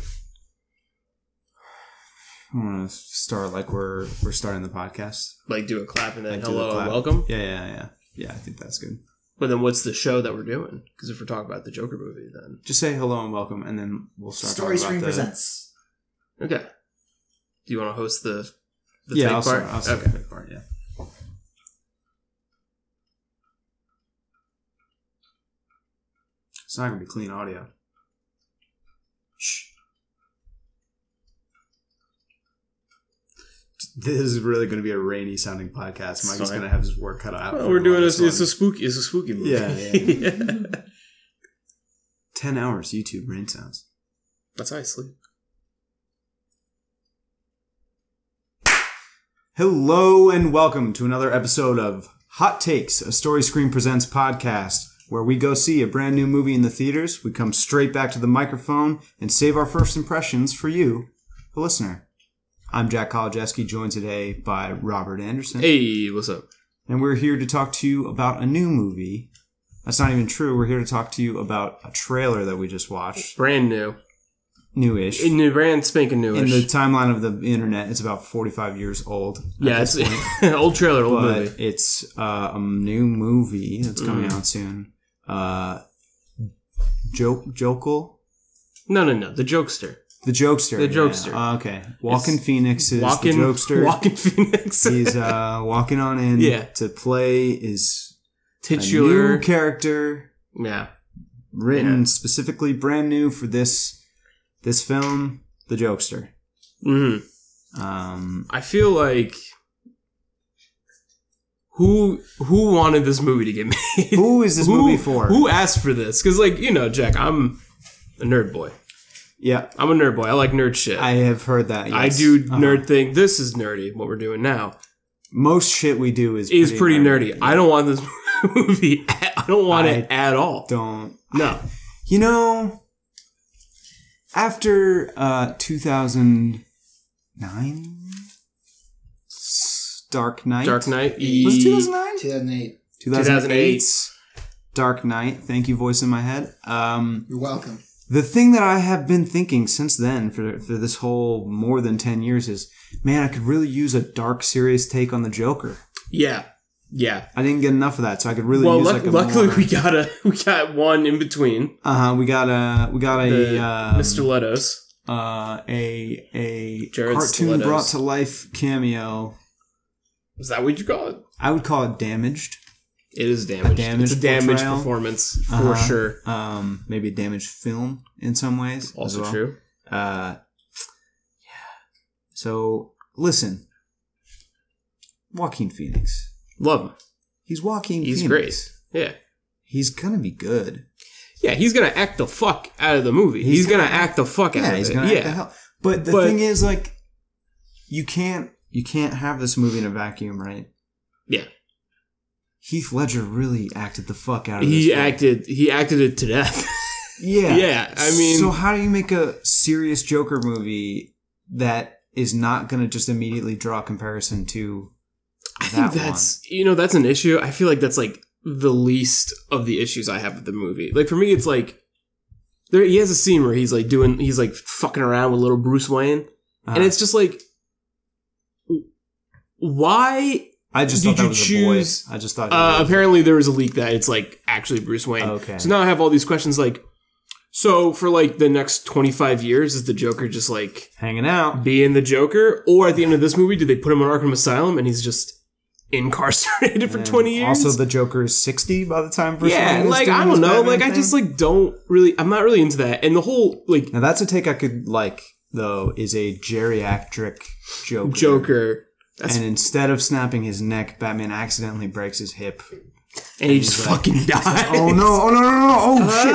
S1: I want to start like we're we're starting the podcast.
S4: Like do a clap and then
S1: Like, do the
S4: hello
S1: clap.
S4: and welcome.
S1: Yeah, yeah, yeah, yeah. I think that's good.
S4: But then what's the show that we're doing? Because if we're talking about the Joker movie, then
S1: Just say hello and welcome, and then we'll start.
S3: Story
S1: talking
S3: Screen
S1: about the-
S3: presents.
S4: okay. Do you want to host the? the
S1: yeah,
S4: fake
S1: I'll
S4: part?
S1: start, I'll start
S4: okay.
S1: the fake part. Yeah. It's not gonna be clean audio. Shh. This is really gonna be a rainy sounding podcast. Mike's
S4: fine.
S1: gonna have his work cut out.
S4: Well,
S1: for
S4: we're
S1: him
S4: doing
S1: on
S4: a,
S1: this
S4: it's
S1: one.
S4: a spooky it's a spooky movie.
S1: Yeah,
S4: yeah.
S1: ten hours YouTube rain sounds.
S4: That's how I sleep.
S1: Hello and welcome to another episode of Hot Takes, a Story Screen Presents podcast, where we go see a brand new movie in the theaters, we come straight back to the microphone, and save our first impressions for you, the listener. I'm Jack Kolodziejski, joined today by Robert Anderson.
S4: Hey, what's up?
S1: And we're here to talk to you about a new movie. That's not even true. We're here to talk to you about a trailer that we just watched.
S4: Brand new.
S1: Newish.
S4: In
S1: In
S4: new brand spanking newish.
S1: the timeline of the internet, it's about 45 years old.
S4: yeah, it's old trailer, old
S1: but
S4: movie. Mm.
S1: it's uh, a new movie that's coming out soon. Uh, joke, Jokel,
S4: No, no, no. The jokester.
S1: the Jokester,
S4: The
S1: yeah.
S4: Jokester.
S1: Uh, okay, Walking Phoenix is
S4: Walking
S1: the Jokester.
S4: Walking Phoenix.
S1: He's uh, walking on in
S4: Yeah.
S1: to play is a
S4: titular.
S1: new character
S4: yeah.
S1: written
S4: Yeah.
S1: specifically brand new for this this film, the Jokester.
S4: Mm.
S1: Um,
S4: I feel like who who wanted this movie to get made?
S1: who is this
S4: Who-
S1: movie for?
S4: Who asked for this? Because like you know, Jack, I'm a nerd boy.
S1: Yeah,
S4: I'm a nerd boy. I like nerd shit.
S1: I have heard that.
S4: I
S1: yes.
S4: do
S1: Uh-huh.
S4: nerd thing. This is nerdy. What we're doing now
S1: Most shit we do is
S4: is pretty, nerdy. I don't want this movie. At, I don't want it at all.
S1: Don't
S4: No.
S1: You know, after uh, 2009, S- Dark Knight.
S4: Dark Knight.
S1: Was it
S4: E-
S1: 2009?
S3: 2008.
S1: 2008. Dark Knight. Thank you, voice in my head. Um,
S3: You're welcome.
S1: the thing that I have been thinking since then for, for this whole more than 10 years is, man, I could really use a dark, serious take on the Joker.
S4: Yeah. Yeah.
S1: I didn't get enough of that, so I could really
S4: well,
S1: use
S4: luck-
S1: like a
S4: luckily
S1: more,
S4: we got a we got one in between.
S1: uh huh we got a we got a
S4: The
S1: um,
S4: Mr. Leto's.
S1: uh, a a
S4: Jared
S1: cartoon
S4: Stilettos.
S1: brought to life cameo.
S4: Is that what you call it?
S1: I would call it damaged.
S4: It is damaged.
S1: damaged
S4: it's a damaged
S1: portrayal?
S4: performance for
S1: Uh-huh.
S4: sure.
S1: Um, maybe a damaged film in some ways. as
S4: Also
S1: well.
S4: true.
S1: Uh, yeah. So listen, Joaquin Phoenix.
S4: Love him.
S1: He's Joaquin.
S4: He's
S1: Phoenix.
S4: great. Yeah.
S1: He's gonna be good.
S4: Yeah, he's gonna act the fuck out of the movie. He's, gonna, act the fuck out
S1: Yeah,
S4: of
S1: he's
S4: it.
S1: gonna
S4: yeah.
S1: have to help. But the
S4: But-
S1: thing is, like, you can't you can't have this movie in a vacuum, right?
S4: Yeah.
S1: Heath Ledger really acted the fuck out of this
S4: He
S1: role.
S4: acted he acted it to death.
S1: Yeah.
S4: Yeah, I mean-
S1: So how do you make a serious Joker movie that is not going to just immediately draw comparison to
S4: I think
S1: that
S4: that's you know, that's an issue. I feel like that's like the least of the issues I have with the movie. Like for me it's like there he has a scene where he's like doing he's like fucking around with little Bruce Wayne.
S1: one? Uh,
S4: And it's just like w- why
S1: I just thought
S4: did
S1: that
S4: you
S1: was
S4: choose,
S1: a boy. I just thought he
S4: Uh,
S1: was-
S4: apparently, there was a leak that it's like actually Bruce Wayne.
S1: Okay.
S4: So now I have all these questions like, so for like the next 25 years, is the Joker just like
S1: hanging out.
S4: being the Joker? Or at the end of this movie, do they put him in Arkham Asylum and he's just incarcerated for
S1: And
S4: 20 years.
S1: Also, the Joker is 60 by the time Bruce
S4: yeah,
S1: Wayne is
S4: like
S1: doing
S4: I
S1: his
S4: don't know,
S1: Batman
S4: like I
S1: thing.
S4: just like don't really. I'm not really into that. And the whole like
S1: Now that's a take I could like though is a geriatric Joker.
S4: Joker, that's
S1: and instead of snapping his neck, Batman accidentally breaks his hip.
S4: and he just fucking dies.
S1: Oh no! Oh no! No! No! Oh shit!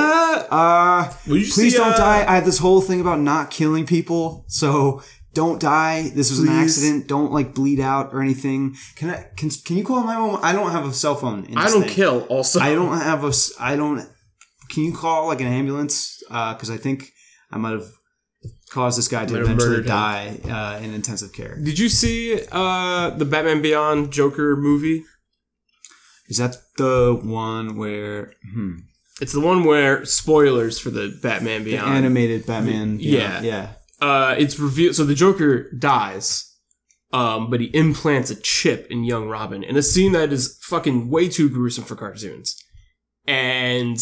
S4: Ah!
S1: Uh,
S2: Will you
S1: please
S2: see,
S1: don't
S2: uh,
S1: die. I have this whole thing about not killing people, so don't die. This was an accident. Don't like bleed out or anything. Can I? Can, can you call my mom? I don't have a cell phone. In
S2: I
S1: this
S2: don't
S1: thing.
S2: kill. Also,
S1: I don't have a. s- I don't. Can you call like an ambulance? Because I think I might have caused this guy to
S2: Might have
S1: eventually
S2: murdered him.
S1: die uh, in intensive care.
S4: Did you see uh the Batman Beyond Joker movie?
S1: Is that the one where hmm,
S4: It's the one where spoilers for the Batman
S1: the
S4: Beyond.
S1: animated Batman? yeah,
S4: Yeah.
S1: yeah.
S4: uh, it's revealed. So the Joker dies, um, but he implants a chip in young Robin in a scene that is fucking way too gruesome for cartoons. And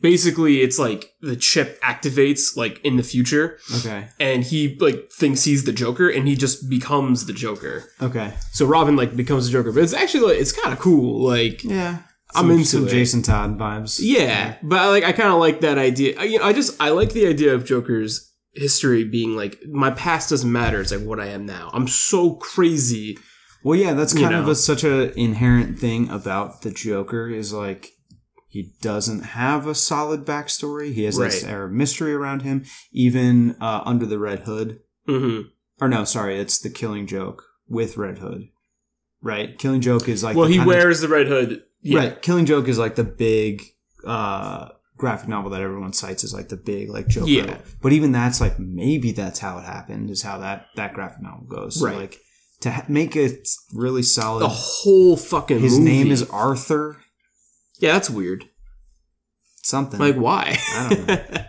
S4: basically, it's like the chip activates like in the future,
S1: Okay,
S4: and he like thinks he's the Joker, and he just becomes the Joker.
S1: okay,
S4: So Robin like becomes the Joker, but it's actually like, it's kind of cool. Like
S1: yeah.
S4: I'm
S1: Some-
S4: into
S1: some
S4: it.
S1: Jason Todd vibes.
S4: yeah, but I, like I kind of like that idea. I, you know, I just I like the idea of Joker's history being like my past doesn't matter. It's like what I am now. I'm so crazy.
S1: Well, yeah, that's
S4: You
S1: kind of
S4: know.
S1: a, such a inherent thing about the Joker is like he doesn't have a solid backstory. He has this
S4: Right.
S1: air of mystery around him. Even uh, under the Red Hood,
S4: hmm
S1: or no, sorry, it's the Killing Joke with Red Hood, right? Killing Joke is like
S4: well,
S1: the
S4: he
S1: kind of-
S4: wears the red hood. Yeah.
S1: right. Killing Joke is like the big uh, graphic novel that everyone cites as like the big like Joker.
S4: Yeah.
S1: But even that's like maybe that's how it happened is how that that graphic novel goes. So,
S4: Right.
S1: like to ha- make it really solid.
S4: The whole fucking
S1: his
S4: movie.
S1: name is Arthur
S4: yeah. That's weird.
S1: something.
S4: Like why?
S1: I don't know.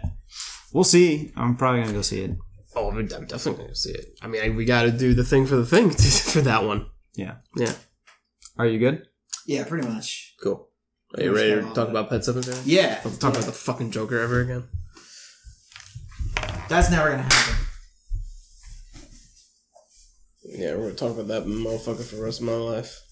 S1: We'll see. I'm probably gonna go see it.
S4: oh, I'm I'm definitely gonna see it. I mean, I, we got to do the thing for the thing for that one.
S1: Yeah.
S4: Yeah.
S1: Are you good?
S3: Yeah, pretty much.
S4: Cool. Are you ready to talk about Pet Cemetery?
S3: Yeah,
S4: Don't Talk about the fucking Joker ever again.
S3: that's never gonna happen.
S4: Yeah, we're gonna talk about that motherfucker for the rest of my life.